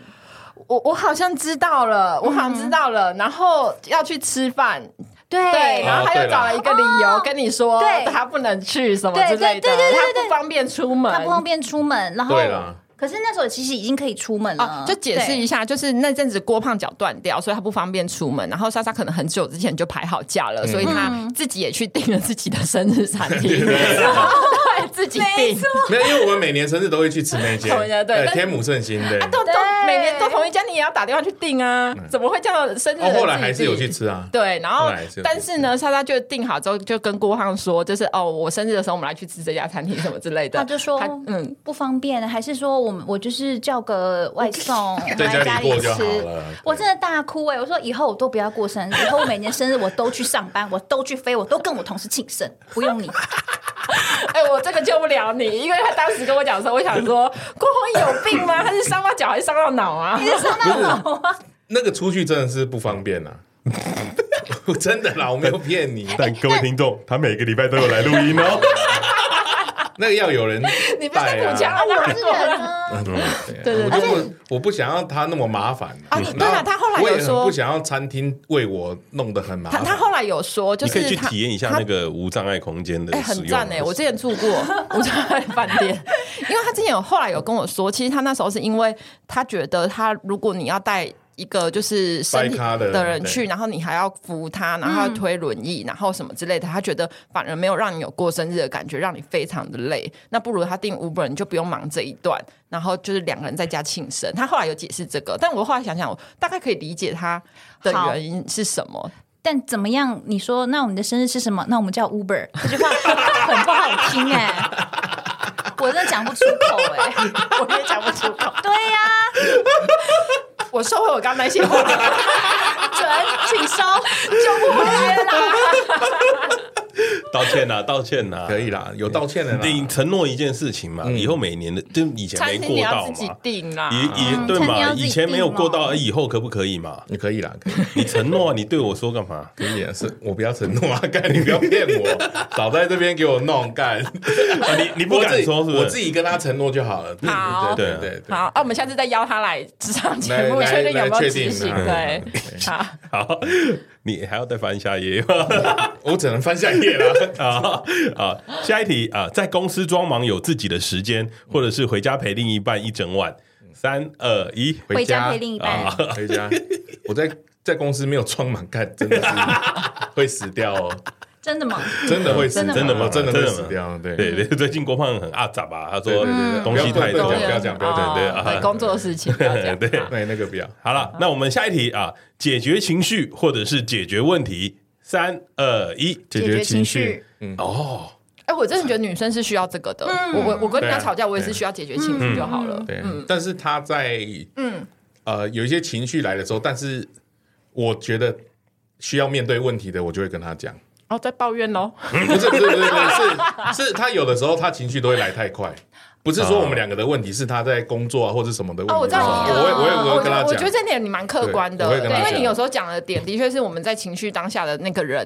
我我好像知道了，嗯我好像知道了。然后要去吃饭，对哦哦对，然后他又找了一个理由跟你说对他不能去什么之类的，对对对对对他对不方便出门，他不方便出门，然后对啦可是那时候其实已经可以出门了，啊，就解释一下。下，就是那阵子郭胖脚断掉，所以他不方便出门。然后莎莎可能很久之前就排好假了，所以她自己也去订了自己的生日餐 厅，然后对 自己没订，错没有，因为我们每年生日都会去吃那间同一 家，对啊但天母圣心对。都都对每年都同一家，你也要打电话去订啊，怎么会这样生日的嗯哦，人自己订？后来还是有去吃啊，对，然后后来还是有但是呢，莎莎就定好之后，就跟郭胖说，就是哦，我生日的时候我们来去吃这家餐厅什么之类的。他哦就说他嗯，不方便，还是说我们我就是叫个外送在来家里里过就好吃了。我真的大哭哎、我说以后我都不要过生日，以 后我每年生日我都去上班，我都去飞，我都跟我同事庆生，不用你。哎、我这个救不了你，因为他当时跟我讲 说，我想说郭胖有病吗？他是伤到脚还是伤到 脑啊？那个出去真的是不方便啊， 真的啦，我没有骗你。 但各位听众，他每个礼拜都有来录音哦。那个要有人 你不是在带鼓啊。墙啊，我是过人来。啊，对对我对就不我不想要他那么麻烦啊你对啊然后他后来有我也很说不想要餐厅为我弄得很麻他烦。他后来有说，就你可以是去他体验一下他那个无障碍空间的哎、使很用赞哎、我之前住过无障碍饭店，因为他之前有后来有跟我说，其实他那时候是因为他觉得他如果你要带。一个就是身体掰咖的人人去，然后你还要扶他，然后要推轮椅，然后什么之类的，他觉得反而没有让你有过生日的感觉，让你非常的累。那不如他订 Uber，你就不用忙这一段，然后就是两个人在家庆生。他后来有解释这个，但我后来想想，我大概可以理解他的好原因是什么。但怎么样？你说那我们的生日是什么？那我们叫 Uber，这句话很不好听哎、我真的讲不出口哎、我也讲不出口，对呀、我收回我刚那些话。准，请收，救不回来了啦。 道歉呐，道歉呐，可以啦，有道歉的啦。你承诺一个事情嘛，以后每年的就以前餐没厅你过要到自己啊嘛，订啦。以以嗯对餐厅嘛，要自己以前没有过订到，哎哦以后可不可以嘛？你可以啦，可以你承诺啊，你对我说干嘛？可以啊，是我不要承诺啊，干你不要骗我，早在这边给我弄干，啊 你你不敢说是不我自己是？我自己跟他承诺就好了。好对对对对，好，啊，我们下次再邀他来职场节目，来来 确定有没有来确执定行？嗯对， 好，好， 你还要再翻下一页吗？ 我只能翻下一页了。啊啊！下一题啊，在公司装忙有自己的时间，或者是回家陪另一半一整晚。三二一，回家陪另一半，啊 回家，我在在公司没有装满干，真的是会死掉哦，真的吗？真的会死，真的吗我真的真会的吗死掉。哦对对对，最近郭胖很阿杂啊吧？他嗯对说对对对东西太不要多不要不了要。讲不要讲对对啊哦工作的事情不要 讲。对好那那个不要，嗯好了，那我们下一题啊，解决情绪或者是解决问题。三二一，解解决情绪，哦，哎，我真的觉得女生是需要这个的。嗯我我我跟人对家啊嗯吵架，我也是需要解决情绪就好了。对，但是他在嗯呃有一些情绪来的时候，但是我觉得需要面对问题的，我就会跟他讲。 哦，在抱怨喽。不是不是不是不是是是他有的时候他情绪都会来太快，不是说我们两个的问题，是他在工作啊或者什么的问题。哦，我知道你我的，会我会我我会跟他我觉讲。得这点你蛮客观的对我会，跟他因为讲你有时候讲的点的确是我们在情绪当下的那个人，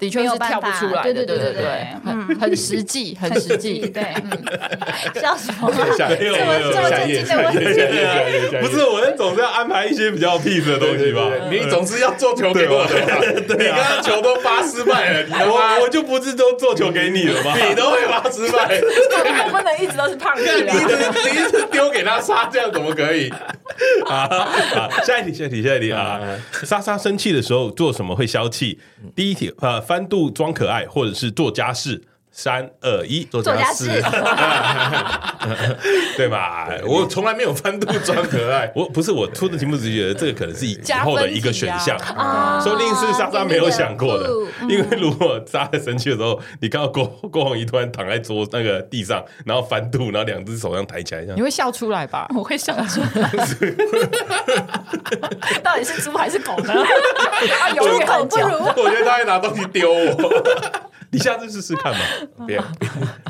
的确没是有办跳法不出来的。对对对对对对对，很很实际，很实际。对， 笑什 么？下这这么这么震惊的问题，哦不是，我们总是要安排一些比较 peace 的东西吧？你总是要做球给我的吧， 你刚刚球都发失败了，你他妈我我就不是都做球给你了吗？ 你都会发失败，我不能一直都是胖 子你一啊。直你一直丢给他杀，这样怎么可以？啊嗯啊！ 下一题，下一题，下一题啊！莎莎生气的时候做什么会消气？嗯第一题，呃，翻肚装可爱，或者是做家事。三二一，做做家事， 对吧？我从来没有翻肚装可爱，我不是我出的题目，只是觉得这个可能是以后的一个选项，啊 说不定是莎莎没有想过的酷。因为如果莎莎生气的时候，你看到郭郭宏仪突然躺在桌那个地上，然后翻肚，然后两只手这样抬起 来，这样你会笑出来吧？我会笑出来。到底是猪还是狗呢？啊，永猪远狗很不久。如，我觉得他会拿东西丢我。你下次试试看吧。不要，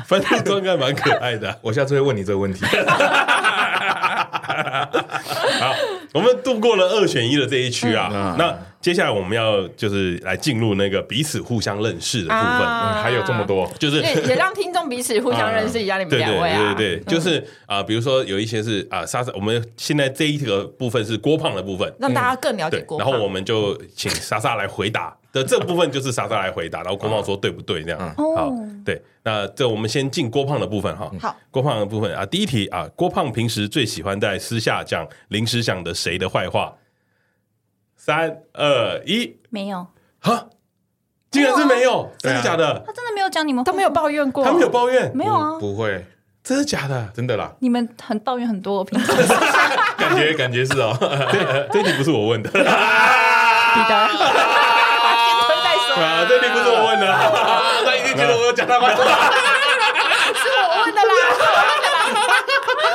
翻肚装该蛮可爱的啊、我下次会问你这个 问题。好，我们度过了二选一的这一区啊，那接下来我们要就是来进入那个彼此互相认识的部分，啊嗯还有这么多，就是也也让听众彼此互相认识一下你们对对两位啊。对对对，就是啊、比如说有一些是啊，莎、莎，我们现在这一个部分是郭胖的部分，让大家更了解对郭，然胖。后我们就请莎莎来回答的这部分就是莎莎来回答，然后郭胖说对不对这样。嗯好哦，对，那这我们先进郭胖的部分哈。好，郭胖的部分啊，第一题啊，郭胖平时最喜欢在私下讲临时想的谁的坏话？三二一， 没有，哈，竟然是没有，真对哎的啊假的？他真的没有讲你们，都没有，抱怨过，他们有抱怨， 没有啊。不会，真的假的？真的啦，你们很抱怨很多，我平时感觉感觉是 哦，对，这一题不是我问的彼得。 先推再说，啊，这一题不是我问 的。他一定觉得我有讲他坏话。是我问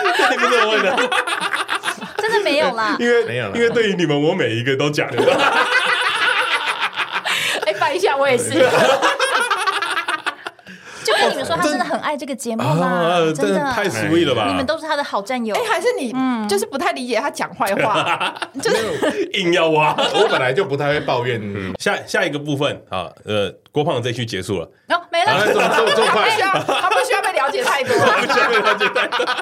的啦。这题不是我问的，真的没有啦。因为没有啦因为对于你们，我每一个都讲。 哎，翻一下我也是。就跟你们说，他真的很爱这个节目啦，啊，真真的的太 sweet 了吧！你们都是他的好战友哎，。还是你就是不太理解他讲坏话，就是硬要挖。 我本来就不太会抱怨， 嗯，下下一个部分啊，呃，郭胖的这一区结束了， 哦，没啊了，这么这么这么他不需快，要，他不需要被了解太多。环节太大，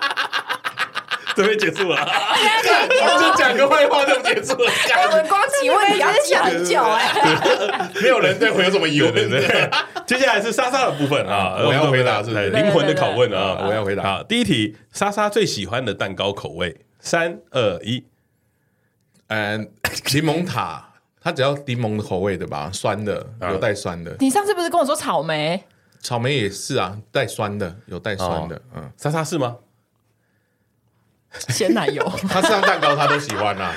准备结束了。我 就讲个坏话就结束了，我们光提问题要记很久哎、 没有人对我有什么疑对问对的。 对， 接下来是莎莎的部分啊，我要回答对是不是对灵魂的拷问啊，对对对我要回答好，第一题，莎莎最喜欢的蛋糕口味，三二一，嗯， 柠檬塔，它只要柠檬口味的吧，酸的，啊有带酸的，你上次不是跟我说草莓？草莓也是啊，带酸的，有带酸的，嗯，莎莎是吗？鲜奶油，他上蛋糕他都喜欢啦、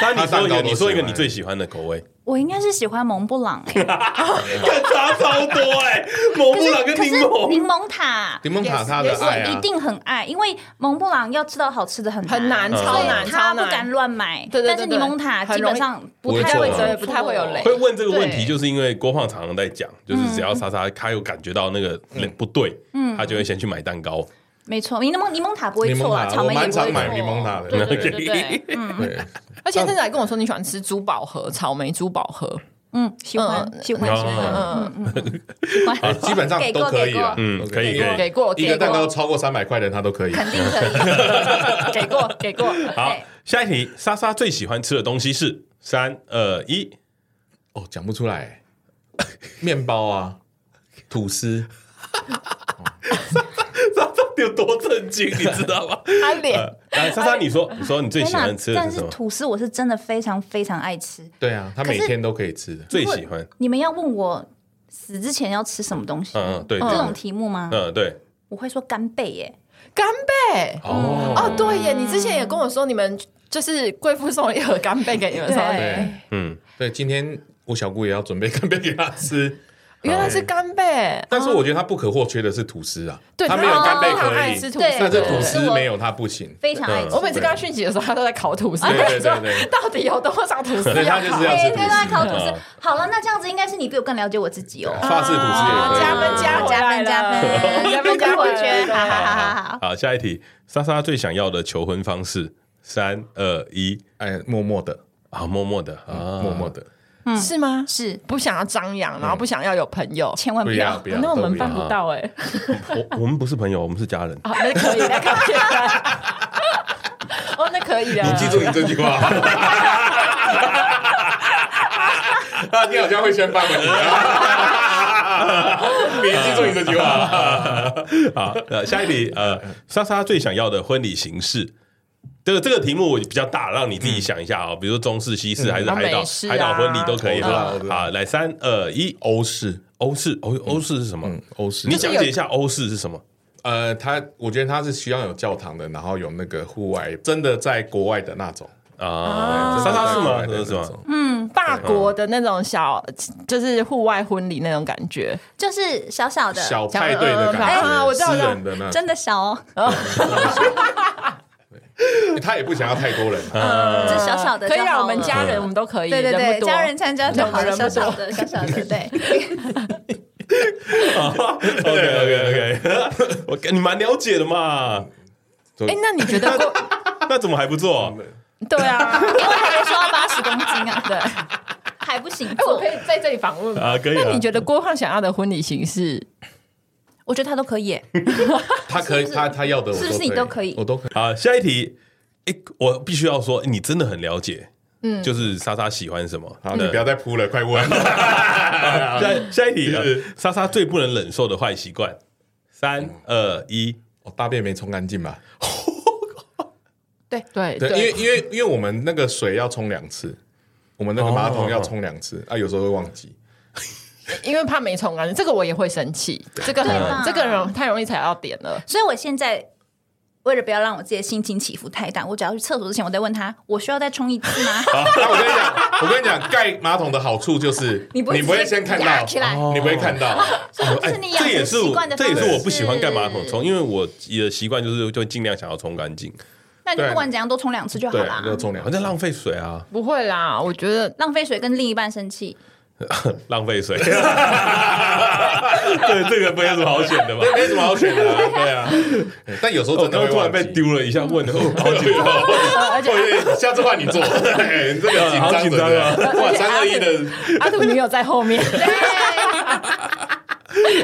莎莎，你说一蛋糕个，都你说一个喜欢你最喜欢的口味，我应该是喜欢蒙布 朗、欸，看差超多哎，某可布是朗跟欸可柠是柠檬，檬塔，柠檬塔也是他的也是爱啊一定很爱，因为蒙布朗要吃到好吃的很很难，超难，他超不难。敢乱买。对对对但是柠檬塔对基本上很容易太会不会错对不太会有 雷会问这个问题，对就是因为郭胖常常在讲，就是只要莎莎她有感觉到那个嗯不对，他就会先去买蛋糕。没错，柠檬柠檬塔不会柠错檬啊，塔，草我莓也蛮不会常错买柠檬塔的，对对对对对，嗯对，而且甚至还跟我说你喜欢吃珠宝盒，草莓珠宝盒。嗯，喜欢喜欢喜欢，哦嗯嗯嗯，喜呃欢，基本上给都过可以给啦过，，嗯都可以可以给过一给个过蛋糕超过三百块的他都可以。肯 定可以，给过给过。好对，下一题，莎莎最喜欢吃的东西是三二一，哦，讲不出来，面包啊，吐司， 莎莎有多震惊，你知道吗？他 脸呃，来，莎莎，你说，你说你最喜欢吃的哎但是什是么？吐司我是真的非常非常爱吃。对啊，他每可是天都可以吃的。最喜欢，你们要问我死之前要吃什么东西？嗯嗯，对，对这种，题目吗？嗯，对，我会说干贝耶，干贝哦哦，，对耶，你之前也跟我说你们就是贵妇送了一盒干贝给你们，对对嗯，对，今天我小姑也要准备干贝给他吃，原来是干贝，但是我觉得他不可或缺的是吐司啊，对他没有干贝他他爱可吃以，吐司，对但是吐对司对没有他不行。非常爱吃。嗯我每次跟他讯息的时候，他都在烤吐司，对对对对 到底有多少吐司对要他嗯就是烤要？哎吃对吐司他烤吐司嗯。好了，那这样子应该是你比我更了解我自己哦。法式吐司也加可以，分加回啊加来分了加分加分加回来了好好好好好好，。好，下一题，莎莎最想要的求婚方式，三二一，哎，默默的，啊，默默的啊，默默的，嗯是吗？是不想要张扬，然后不想要有朋友。千万不不要要嗯不。要，哦那我们都办不不要到 哎，我我们不是朋友，我们是家人。啊，那可以，那可以， 哦，那可以啊，你 记住你这句话。啊，你好像会先发 文你啊！你记住你这句话。好，呃，下一题，呃，莎莎最想要的婚礼形式。这个这个题目比较大，让你自己想一下啊、嗯比如说中式、西式，还是啊海岛、美式啊海岛婚礼都可以我知道哦我哈知。道好，来三二一，欧式，欧式，欧欧式是什么？嗯，欧式你讲解一下欧式是什么？呃，他我觉得他是需要有教堂的，然后有那个户外，真的在国外的那种。啊，哎真莎莎的在是国吗？外的是是那吗？种。法国的那种小，就是户外婚礼那种感觉，就是小小的，小派对的感哎啊觉，我知道私人的那种。真的小哦，他也不想要太多人啊，这小小的可以就好啊，了我们家人我们都可以，对对人对，不多家人参加就好人了，不多小小的小小的，对， OK OK OK，我 跟你蛮了解的嘛，哎，那你觉得过？ 那怎么还不 做？对 啊，因为还没说到八十公斤啊，对，哎，还不行我做可，以在这里访问吗啊可以啊 那你觉得郭胖想要的婚礼形式？我觉得他都可以耶，他可以，是他他要的我是不是你都可以我都可以。好，下一题，哎、我必须要说，你真的很了解，嗯，就是莎莎喜欢什么。好，你不要再扑了，快 问。下下一题，呃是莎莎最不能忍受的坏习惯，三二一，我哦大便没冲干净吧？对对对，因为因为因为我们那个水要冲两次，我们那个马桶要冲两次啊，有时候会忘记。因为怕没冲干净，这个我也会生气，这个对很吧这个人太容易踩到点了。所以我现在。为了不要让我自己的心情起伏太大，我只要去厕所之前，我再问他，我需要再冲一次吗？那我跟你讲，我跟你讲，盖马桶的好处就是你不会不会直接先看压到起来哦你不会看到。所以这是你养这也成是习我惯的，这也方是式我不喜欢干马桶冲，因为我的习惯就是就尽量想要冲干净，那你不管怎样都冲两次就好对，啦那。个冲两反正浪费水啊，不会啦，我觉 得浪费水跟另一半生气，浪费水。 对，这个没有什么好选的 吧？没什么好选的 啊，对啊。但有时候我真的刚会刚突然忘被记。哦丢了一下，问的好紧张。呃而且对，下次换你做，哎你这个紧好张 紧张啊的，哇，三二一的，阿土女友在后 面，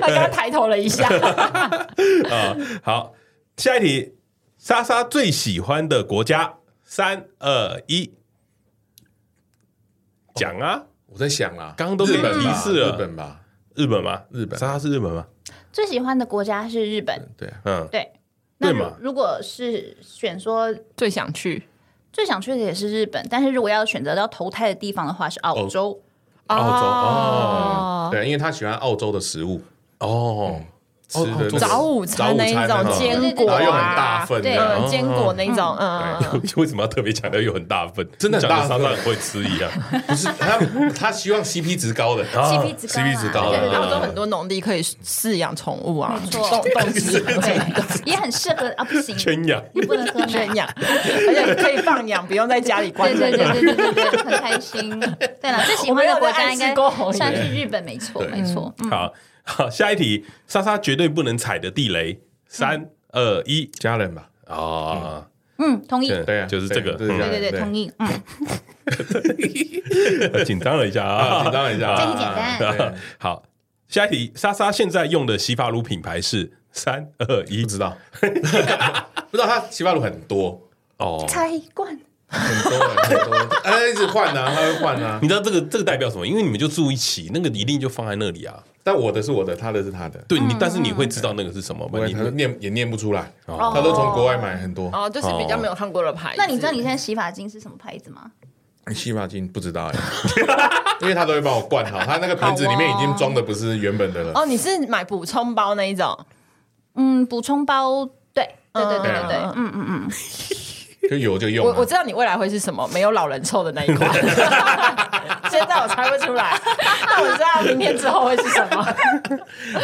他刚刚抬头了一下。啊，好，下一题，莎莎最喜欢的国家，三二一，讲啊，我在想啦，刚刚都给日本吧提示了日本吧，日本吗？日本莎莎是日本吗？最喜欢的国家是日本，对啊，嗯，对。对那嘛如如果是选说最想去最想去的也是日本，但是如果要选择要投胎的地方的话是澳洲。澳洲哦对，因为他喜欢澳洲的食物，哦，吃的那个早午餐那一早午餐种那坚对对对然果啊，后又很大份对这样，嗯，坚果那一种，嗯，嗯嗯 为什么要特别强调又很大份？真的很讲的大莎份莎很会吃啊一样。不是他他希望 CP 值高的， CP 值高啊 CP 值高对对的对澳洲很多农地可以饲养宠物啊，没动错 动植物之 类的。对，也很适合啊，不行，圈养，你不能喝奶圈。养，而且可以放养，不用在家里关对着。对对对对对，对很开心。对了，最喜欢的国家应该我没有在暗示过算是日本，没错，没错。嗯好好，下一题，莎莎绝对不能踩的地雷，三二一家人吧，啊！嗯，同意。对对对啊，就是这个对就嗯是家对人对，同意。嗯，紧张了一下 啊，啊，嗯紧张一下，这题简单对好，下一题，莎莎现在用的洗发乳品牌是三二一不，知道， 不知道他洗发乳很多哦，猜一罐。很多很多，哎，一直换啊，他会换啊，你知道这个这个代表什么？因为你们就住一起，那个一定就放在那里啊。但我的是我的，他的是他的，对嗯你，但是你会知道那个是什么吗不？然你他都念也念不出来，哦他都从国外买很多。哦，就是比较没有看过的牌子。那你知道你现在洗发精是什么牌子吗？洗发精不知道哎， 因为他都会帮我灌好，他那个瓶子里面已经装的不是原本的了。哦，你是买补充包那一种？嗯，补充包。对对对对嗯对对，嗯嗯嗯，就有就用我啊，我知道你未来会是什么，没有老人臭的那 一款。现在我猜不出来，但我知道明天之后会是什么。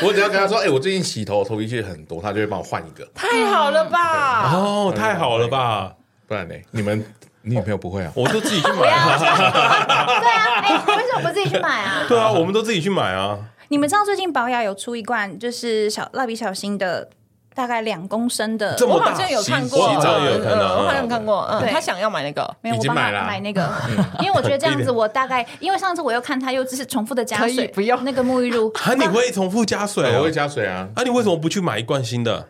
我只要跟他说，哎，我最近洗头头皮屑很多，他就会帮我换一个，太好了吧？哦，太好了吧！不然呢，你们你女朋友不会啊？我都自己去买 啊， 对啊，哎，为什么不自己去买啊？对啊，我们都自己去买啊。 你们知道最近保雅有出一罐就是小蜡笔小新的，大概两公升的，这么我大好像有看洗过，洗澡也有嗯看到嗯我好像嗯看过。嗯，对他想要买那个，没有，已我经帮他买了啊买那个，因为我觉得这样子，我大概因为上次我又看他又只是重复的加可以水，不用那个沐浴露，啊，你会重复加水对，我哦会？加水啊，啊，你为什么不去买一罐新的？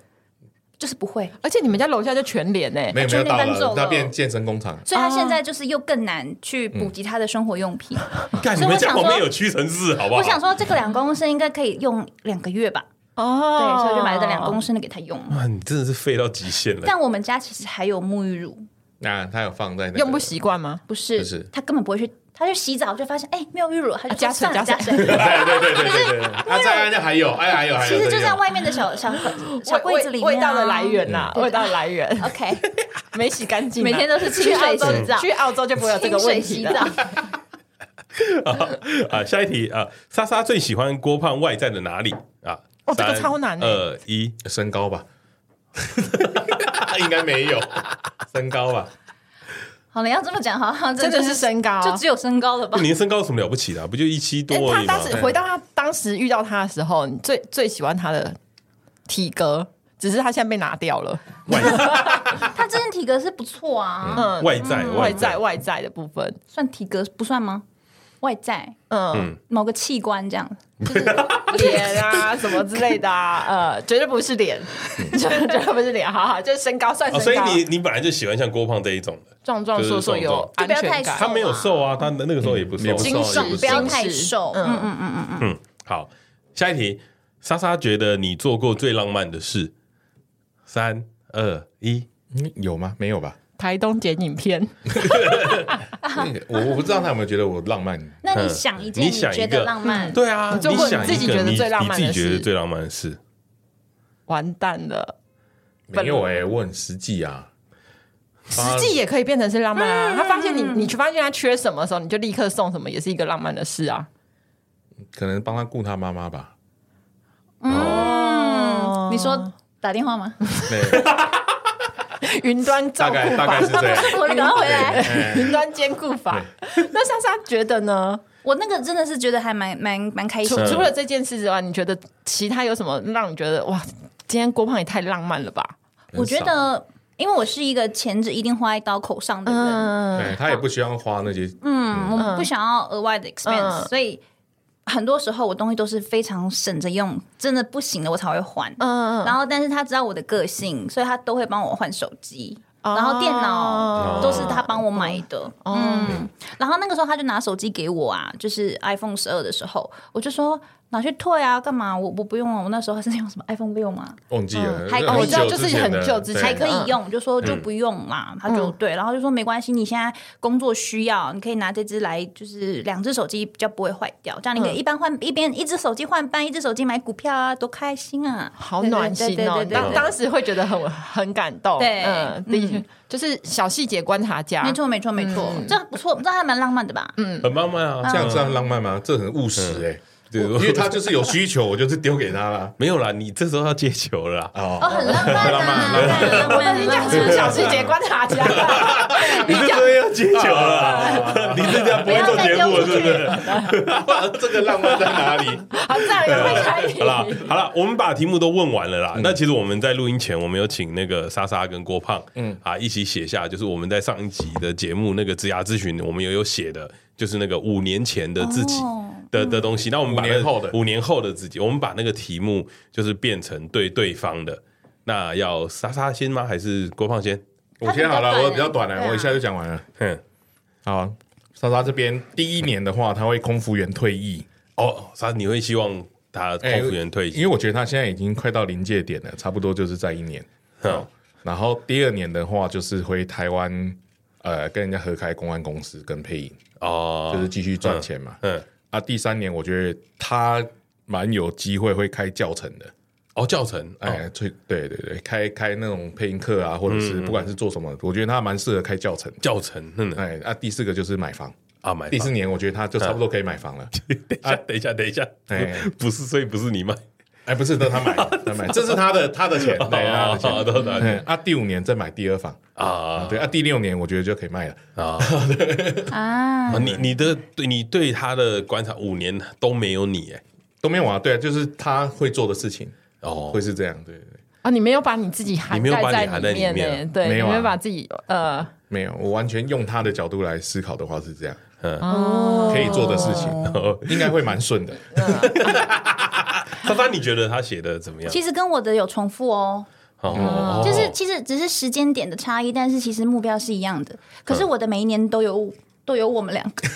就是不会，而且你们家楼下就全脸呢。没有没有春天到搬走了，了他变健身工厂。所以他现在就是又更难去补给他的生活用品。干，你所以们我家想旁说边有屈臣氏，好不好？我想说，这个两公升应该可以用两个月吧，对，哦所以我就买了这两公升的给他用。哇，你真的是废到极限了。但我们家其实还有沐浴乳，那他有放在那个用不习惯吗？不是，不是他根本不会去，他去洗澡就发现哎没有沐浴乳，他就啊加水算了加加水 水，对对对对对对， 啊，在那还有，哎，还有，还有，其实就这在个外面的小小小柜子里面啊味味道的来。源呐，嗯味道的来源 OK，没洗干净啊，每天都是去清澳水洲洗澡，去澳洲就不会有这个清水问题洗了。澡。 啊，下一题啊，莎莎最喜欢郭胖外在的哪里啊？哦这个三超难欸二一，身高吧，应该没有身高吧？好了，要这么讲，好像真的是身高啊就只有身高了吧那？你的身高有什么了不起的啊？不就一七哎多而他已吗当？时回到他当时遇到他的时候，你最最喜欢他的体格，只是他现在被拿掉了。他之前体格是不错啊，嗯，外在，外在外在的部分，算体格不算吗？外在嗯，某个器官这样，脸啊什么之类的 啊，呃，绝对不是脸， 绝对不是脸，好好，就是身高算哦，所身以高，你你本来就喜欢像郭胖这一种的，壮壮硕硕有安就不全要太感瘦，他没有瘦啊，他那个时候也不嗯也瘦不。瘦精神不要精太神瘦。嗯嗯嗯，嗯，好，下一题，莎莎觉得你做过最浪漫的事，三二一，嗯有吗？没有吧？台东剪影片， 我我不知道他有没有觉得我浪漫，那你想一嗯件你你想一个觉得浪漫？对啊，你做过想你自己一个觉得你最浪漫你的自己觉得事最浪漫的事，完蛋了。没啊有哎，我很实际啊，实际也可以变成是浪漫嗯啊！他发现你，你去发现他缺什么的时候，你就立刻送什么，也是一个浪漫的事 啊。可能帮他顾他妈妈吧。嗯，你说打电 话吗？对，云端照大顾概 大法概，是这样。我赶快回来。嗯哎 云端兼顾法。那莎莎觉得呢？我那个真的是觉得还蛮蛮蛮开除心。除了这件事之外，你觉得其他有什么让你觉得哇，今天郭胖也太浪漫了吧？我觉得，因为我是一个钱只一定花在刀口上的人，嗯，对他也不希望花那些，嗯，我不想要额外的 expense，、嗯所以很多时候我东西都是非常省着用，真的不行了我才会换。嗯然后，但是他知道我的个性，所以他都会帮我换手机，哦然后电脑都是他帮我买的。嗯，然后那个时候他就拿手机给我啊，就是 iPhone 十二的时候，我就说拿去退啊，干嘛？我我不用啊，我那时候还是用什么 iPhone 六嘛，忘记了，还那哦我知道久就是前很的久之对还前可以用，就说就不用嘛，他嗯就对，然后就说没关系，你现在工作需要，你可以拿这只来，就是两只手机比较不会坏掉，这样你可嗯以一般换一边一只手机换半，一只手机买股票啊，多开心啊！好暖心哦对对对对！对当对当时会觉得很很感动，对嗯，的确就是小细节观察家，没错没错没错，嗯这样不错，这样还蛮浪漫的吧？嗯，很浪漫啊，这样算浪漫吗？这很务实哎，对因为他就是有需求，我就是丢给他啦。没有啦，你这时候要接球了啦。哦，哦，很浪漫啊，浪漫浪我跟你讲，是不是小细节观察家？你 这时候要接球了 啦，你这家不会做节目了，是不是？这个浪漫在哪里？好，这样也会开好啦 心。，好啦，我们把题目都问完了啦。嗯那其实我们在录音前，我们有请那个莎莎跟郭胖，嗯啊，一起写下，就是我们在上一集的节目那个职涯咨询，我们有有写的，就是那个五年前的自己哦的的东西。那我们把那嗯五年后的五年后的自己，我们把那个题目就是变成对对方的。那要莎莎先吗？还是郭胖先？ 我先好了，我比较短对了，啊我一下就讲完了。哼，好，莎莎这边第一年的话，他会空服员退役，哦，莎，你会希望他空服员退哎役？因为我觉得他现在已经快到临界点了，差不多就是在一年。哼然后第二年的话，就是回台湾，呃，跟人家合开公安公司跟配音，哦，就是继续赚钱嘛。嗯，啊，第三年我觉得他蛮有机会会开教程的，哦，教程，哎，哎，最对对对，开开那种配音课啊，或者是不管是做什么，我觉得他蛮适合开教程的。教程，嗯哎，啊，第四个就是买房，啊，买第房四年我觉得他就差不多可以买房 了。等一下，等一下，等一下，哎不不是，所以不是你卖，哎，不是，都他买， 他买，这是他的他的钱，对，他的钱。啊，都打哎啊，第五年再买第二房啊，啊对啊，第六年我觉得就可以卖了。啊！啊，你你的对你对他的观察五年都没有你哎都没有啊，对啊，就是他会做的事情哦会，是这样，对对对，啊，你没有把你自己涵你没有把盖你在含在里面欸面呢，对，没你有啊没有把自己呃，没有，我完全用他的角度来思考的话是这样，哦可以做的事情，应该会蛮顺的。莎莎，你觉得他写的怎么样？其实跟我的有重复哦。哦，就是哦其实只是时间点的差异，但是其实目标是一样的。可是我的每一年都有都有我们两个，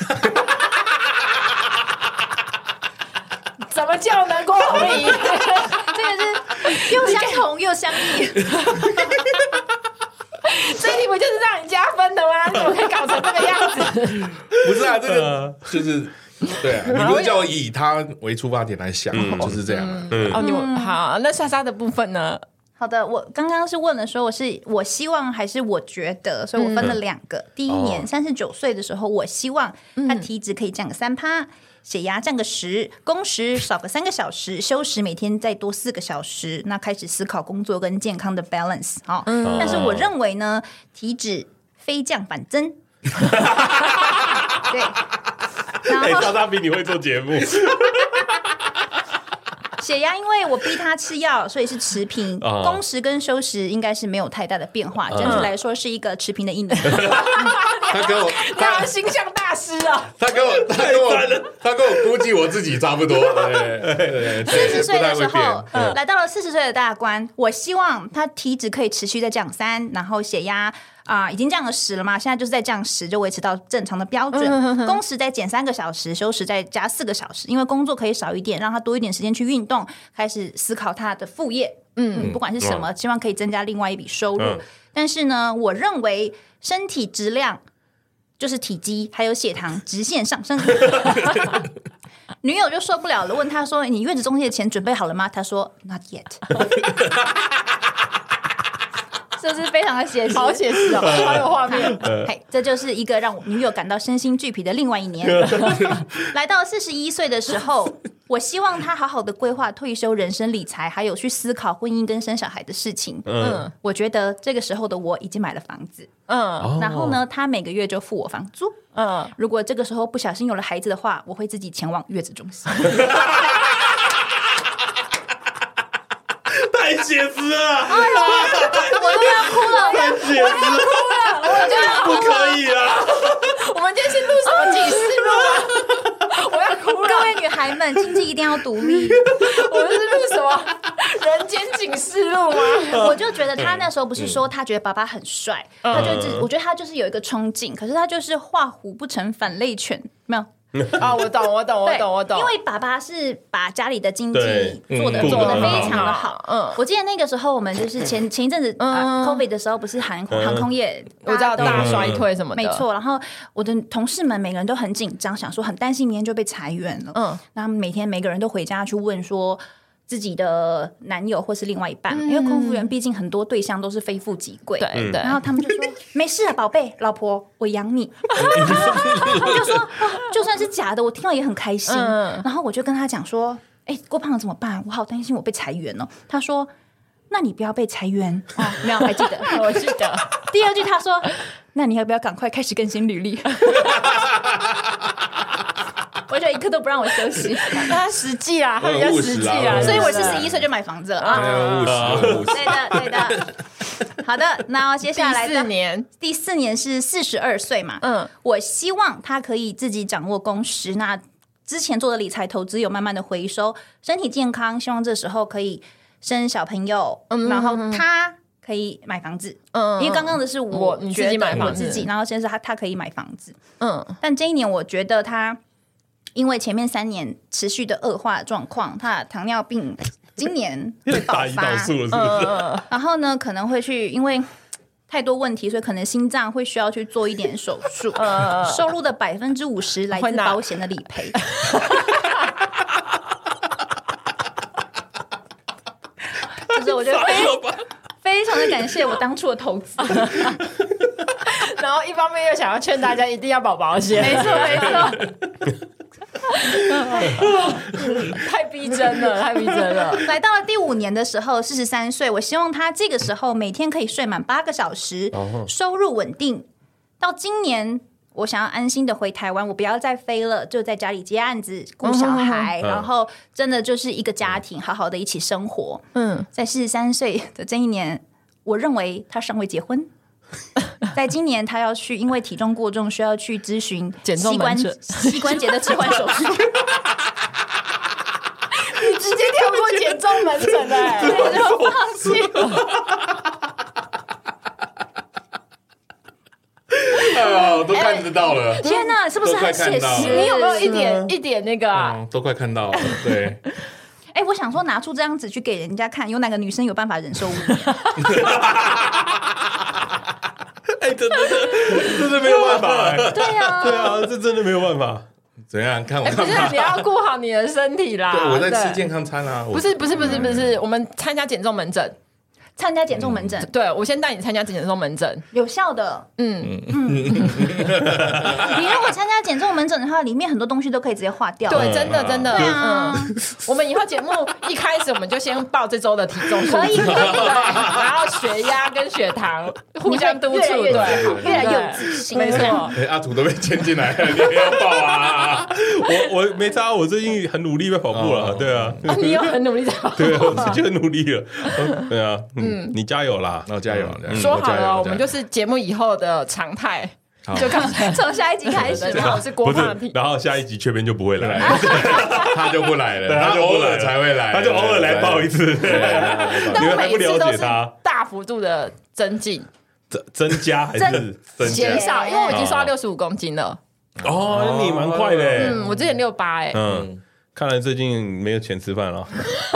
怎么叫呢？郭宏 仪， 这个是又相同又相异。这一题不就是让你加分的吗？你怎么可以搞成这个样子？不是啊，这个就是对啊，你不是叫我以他为出发点来想，就是这样啊。哦，你们好，那莎莎的部分呢？好的，我刚刚是问了说我是我希望还是我觉得，所以我分了两个。第一年三十九岁的时候，我希望他体脂可以降个三趴，血压降个十，工时少个三个小时，休时每天再多四个小时。那开始思考工作跟健康的 balance 哦。但是我认为呢，体脂非降反增。对，哎，然后莎莎比你会做节目，血压，因为我逼他吃药，所以是持平。啊工时跟休时应该是没有太大的变化，整体来说是一个持平的一年。他跟我他他们形象大师啊！他跟我他跟我他跟我估计我自己差不多，四四十岁的时候，嗯来到了四十岁的大关，我希望他体脂可以持续在降三，然后血压啊、已经降了十了嘛，现在就是在降十，就维持到正常的标准。工时再减三个小时，休时再加四个小时，因为工作可以少一点，让他多一点时间去运动，开始思考他的副业。嗯，不管是什么，希望可以增加另外一笔收入。嗯但是呢，我认为身体质量就是体积还有血糖直线上升。女友就受不了了，问他说：“你月子中心的钱准备好了吗？”他说：“Not yet。” 是不是非常的写实？好写实哦，好有 画面。嗨，这就是一个让我女友感到身心俱疲的另外一 年。来到四十一岁的时候，我希望她好好的规划退休、人生理财，还有去思考婚姻跟生小孩的事情。嗯嗯，我觉得这个时候的我已经买了房子，嗯哦然后呢，她每个月就付我房租。嗯，如果这个时候不小心有了孩子的话，我会自己前往月子中心。太写实了，我都要哭了，太写实了，我觉得不可以啊！ 我们今天是录什么警示录啊？我要哭各了。位女孩，孩们，经济一定要独立。我们是录什么人间警示录啊 吗？我就觉得他那时候不是说他觉得爸爸很帅，他就嗯自我觉得他就是有一个冲劲，可是他就是画虎不成反类犬，没有。啊，我懂，我懂，我对，懂，我懂，因为爸爸是把家里的经济对做的嗯做的顾得很非常的好好。嗯嗯，我记得那个时候我们就是前前一阵子呃嗯 COVID 的时候，不是航嗯空航空业我知道大家大都衰退什么的，没，错，然后我的同事们每个人都很紧张，想说很担心明天就被裁员了。嗯嗯，那每天每个人都回家去问说自己的男友或是另外一半，因为空服员毕竟很多对象都是非富即贵。嗯对对然，后他们就说：“没事啊，宝贝，老婆，我养你。”他们就说、 啊就算是假的，我听到也很开心。嗯然后我就跟他讲说：“哎、郭胖怎么办？我好担心我被裁员哦。”他说：“那你不要被裁员 哦，没有，还记得。”我记 得，第二句他说：“那你要不要赶快开始更新履历？” 我就一刻都不让我休息，他实际啊，他比较很务实实际啊啊， 所以我对四不对十一岁就买房子了哎啊。呦务实嗯务实，对的，对的。好的，那接下来第四的年，第四年是四十二岁嘛？嗯，我希望他可以自己掌握共识。那之前做的理财投资有慢慢的回收，身体健康，希望这时候可以生小朋友，然后他可以买房子。嗯因为刚刚的是我我你自己觉得买房我子自己，然后先是他他可以买房子，嗯但这一年我觉得他因为前面三年持续的恶化状况，他的糖尿病今年会爆 大胰岛发，素了，是不嗯是？嗯，然后呢可能会去因为。太多问题，所以可能心脏会需要去做一点手嗯术。收入的百分之五十来呃会自拿保险的理 赔。就是我觉得非非常的感谢我当初的投资。嗯然后一方面又想要劝大家一定要保保险，没错，没错。 太逼真了，太逼真了，来到了第五年的时候，四十三岁，我希望他这个时候每天可以睡满八个小时，收入稳定。到今年，我想要安心的回台湾，我不要再飞了，就在家里接案子、顾小嗯孩，然后真的就是一个家庭，好好的一起生活。嗯，在四十三岁的这一年，我认为他尚未结 婚。在今年，他要去，因为体重过重，需要去咨询减重膝关门诊膝关节的置换手术。你直接跳过减重门诊的、欸，我就放弃了。哎呦，都看得到了，天哪，是不是很写都快看到实？了你有没有一点一点那个啊？嗯，都快看到了，对，哎、我想说拿出这样子去给人家看，有哪个女生有办法忍受污哎，真的，真的没有办法，哎对啊，对啊，这真的没有办法。怎样？看我哎、不干是，嘛？你要顾好你的身体啦。对，我在对吃健康餐啊，我不是不是不是不是，我们参加减重门诊。 参加减重门诊、对，我先带你参加减重门诊。嗯有效的。嗯， 你如果参加减重门诊的话，里面很多东西都可以直接划掉。对，真的真的，嗯对啊，我们以后节目一开始，我们就先报这周的体重数字，可以可以对然后血压跟血糖互相督促，你会越来对越，越来越有对自信没错。哎，阿土都被牵进来了，你也要抱啊！我我没差，我最近很努力在跑步了，哦对啊，啊 你有很努力在跑对啊，我最近很努力了，嗯对啊，嗯，你加油啦，那我加油，加油 说好加油了，我加们油就是节目以后的常态，好就刚才从下一集开始对，好，我是郭不胖是体，，然后下一集缺边就不会对来，他就不来了，对他就不偶来了尔才会 来，他就偶尔来报一次，对。对对对对 但你我们还每不一次都了解是他大幅度的增进增增加还是增加减？少，因为我已经瘦到哦六十五公斤了。哦，你蛮快的，嗯，我之前六八哎，嗯，看来最近没有钱吃饭了，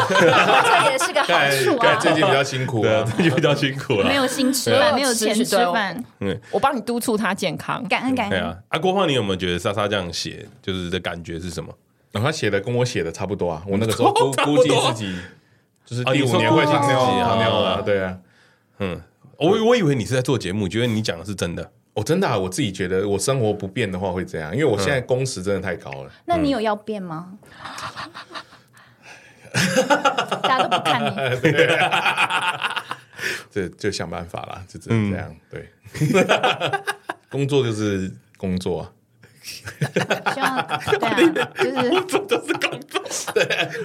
这也是个好看处看啊。最近比较辛苦对啊啊，，最近比较辛苦了没。有心吃对啊饭，没有钱吃饭，嗯，我帮你督促他健康。感恩感对恩。啊，啊，郭胖，你有没有觉得莎莎这样写，就是的感觉是什么？然后他写的跟我写的差不多啊，我那个时候估差不估多计自己就是啊第你五说年会估计糖自己尿啊糖尿哦了，对啊，嗯，我我以为你是在做节目，觉得你讲的是真的。我真的啊我自己觉得我生活不变的话会这样，因为我现在工时真的太高了，那嗯你有要变吗？ 大家都不看你，这就想办法啦，就只能这样，对，工作就是工作啊，希望 对啊，就是这都是工作，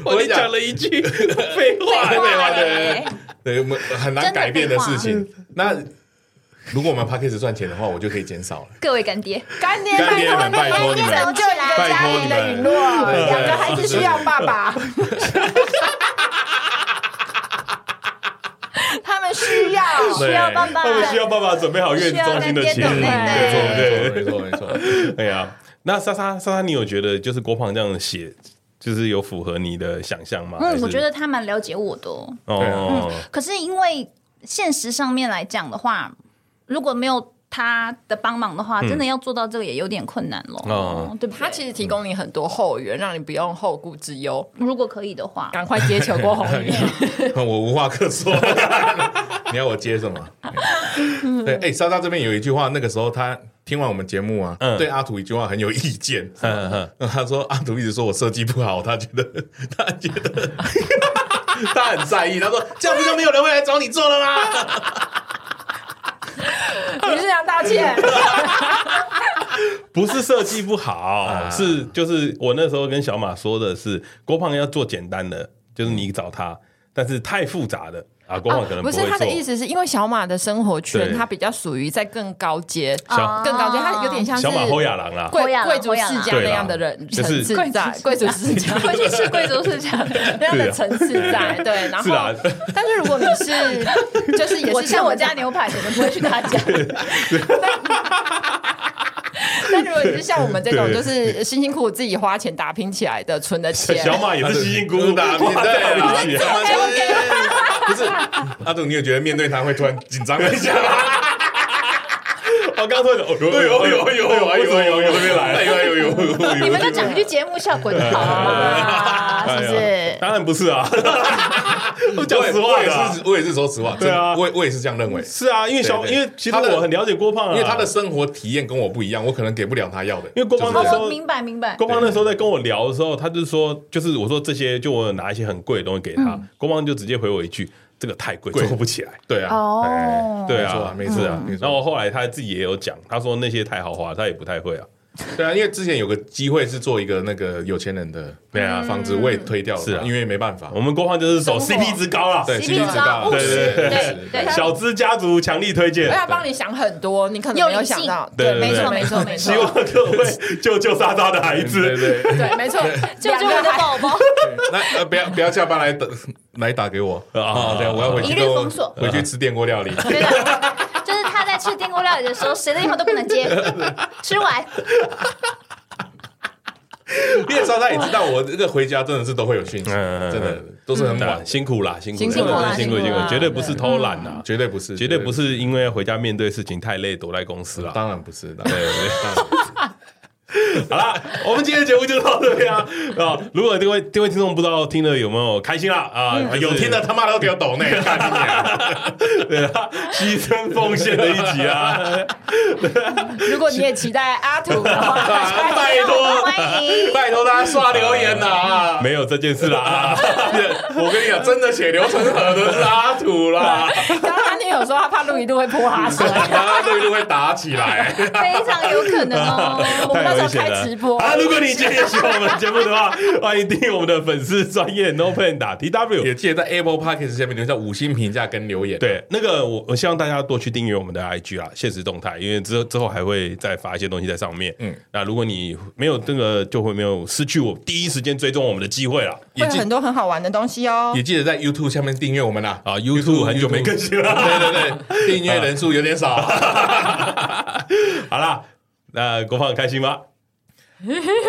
我跟你讲了一句废话对哇吧？嘞对，对我们很难改变的事情。那如果我们 p a c k a g e 赚钱的话，我就可以减少了。各位干爹，干爹，干爹们拜拜托托你你们们拯救你的家庭的陨落，拜托你们两个孩子需要爸爸。他们需要，需要爸 爸他们需要爸爸准备好月子中心的需要干钱，爹懂内对对对。没错，没错，没错。哎呀，那莎莎莎莎，你有觉得就是郭胖这样写，就是有符合你的想象吗？还嗯，是我觉得他蛮了解我的哦、哦，可是因为现实上面来讲的话，如果没有他的帮忙的话，嗯真的要做到这个也有点困难咯。哦对不 对？他其实提供你很多后援，让你不用后顾之忧。如果可以的话，赶快接球郭宏 宇，我无话可说。你要我接什么？对，哎，莎莎这边有一句话，那个时候她听完我们节目啊，嗯对阿图一句话很有意见。嗯嗯，他说阿图一直说我设计不好，他觉得他觉得他很在意。他说这样不就没有人会来找你做了啦？你是想道歉？不是设计不好，是就是我那时候跟小马说的是，郭胖要做简单的，就是你找他，但是太复杂的啊，郭胖可能不会是做。他的意思，是因为小马的生活圈，对他比较属于在更高阶、小啊更高阶，他有啊点像是小马后亚郎啦，贵侯亚郎贵族世家对啦啊那样的人就层是次在，贵族世家回去吃贵族 市场。那样的层次在， 对。然啊是啊后啦，但是如果你是，就是也我是吃像 我我家家，牛排，怎么不会去 他家？但如果你是像我们这种，对就是辛辛苦苦自己花钱打拼起来的，存的钱，小马也是辛辛苦苦打拼对的，啦对干嘛这样不是阿图，你有觉得面对他会突然紧张一下吗？我刚说的，哦呦呦呦呦呦呦呦，这边来哎呦哎呦呦呦呦！你们就讲一句节目效果就好了嘛，是哎不呀是？当然不是啊，我讲我也实话我也的啊是，我也是说实话，对啊真的我也我也是这样认为，是啊，因为小，对对因为其实他的我很了解郭胖啊，因为他的生活体验跟我不一样，我可能给不了他要的。因为郭芳就是这样那时哦，候我明白明白。郭胖那时候在跟我聊的时候，他就说，就是我说这些，就我有拿一些很贵的东西给他，郭胖就直接回我一句：“这个太贵，贵做不起来。对啊，哦哎，对啊啊，没错啊，没然错。后后来他自己也有讲，他说那些太豪华，他也不太会啊。对啊，因为之前有个机会是做一个那个有钱人的对嗯啊房子，我也推掉了嘛，是啊因为没办法我，们郭胖就是走生活 CP 值高啊，对 CP 值高，高务实对对对小资家族强力推 荐而。要帮你想很多，你可能没有想到，对对对没错，对没错，没希错，望各位救救莎莎的孩对子。对对。对，没错，救救我的宝宝！那呃，不要不要下班来打来打给我啊啊！对，我要回一去律跟我封锁回去吃电锅料理。 对的， 就是他在吃电锅料理的时候，谁的电话都不能接， 吃完因为莎莎也知道，我这个回家真的是都会有讯息，嗯嗯嗯真的都是很啊晚，辛苦啦，辛苦辛苦啦辛苦辛辛苦苦啦，绝对不是偷懒啊呐，绝对不是，嗯绝对不，是因为回家面对事情太累躲在公司啊啦。当然不是，当然不是当然不是好啦， 我们今天的节目就到这边啊。 啊，如果这位这位听众不知道听了有没有开心啦啊，嗯就是有听的他妈都给我抖内，看你娘对啊， 牺牲奉献的一集啊，如果你也期待阿土的 话，拜托欢迎。拜托大家刷留言呐啊！没有这件事啦啊。我跟你讲，真的血流成河的是阿土啦， 刚刚他女友说他怕录一录会泼哈 水，大家这一路会打起来。非常有可能哦。 我 们太到时危候险开了直播啊！如果你今天也喜欢我们的节目的话，欢迎订阅我们的粉丝专业 No Plan 打 T W 也。记得在 Apple Podcast 下面留下五星评价跟留言。，对，那个我我希望大家多去订阅我们的 IG 啊，现实动态，因为之后之后还会再发一些东西在上面。嗯嗯，那如果你没有这个，就会没有失去我第一时间追踪我们的机会了。会也有记很多很好玩的东西哦也。记得在 YouTube 下面订阅我们啦。啊，YouTube 很久没更新了。对对对，订阅人数有点少。 好啦，那郭胖开心吗？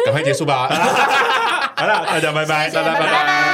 赶快结束吧，好啦，大家拜拜，拜拜拜拜拜。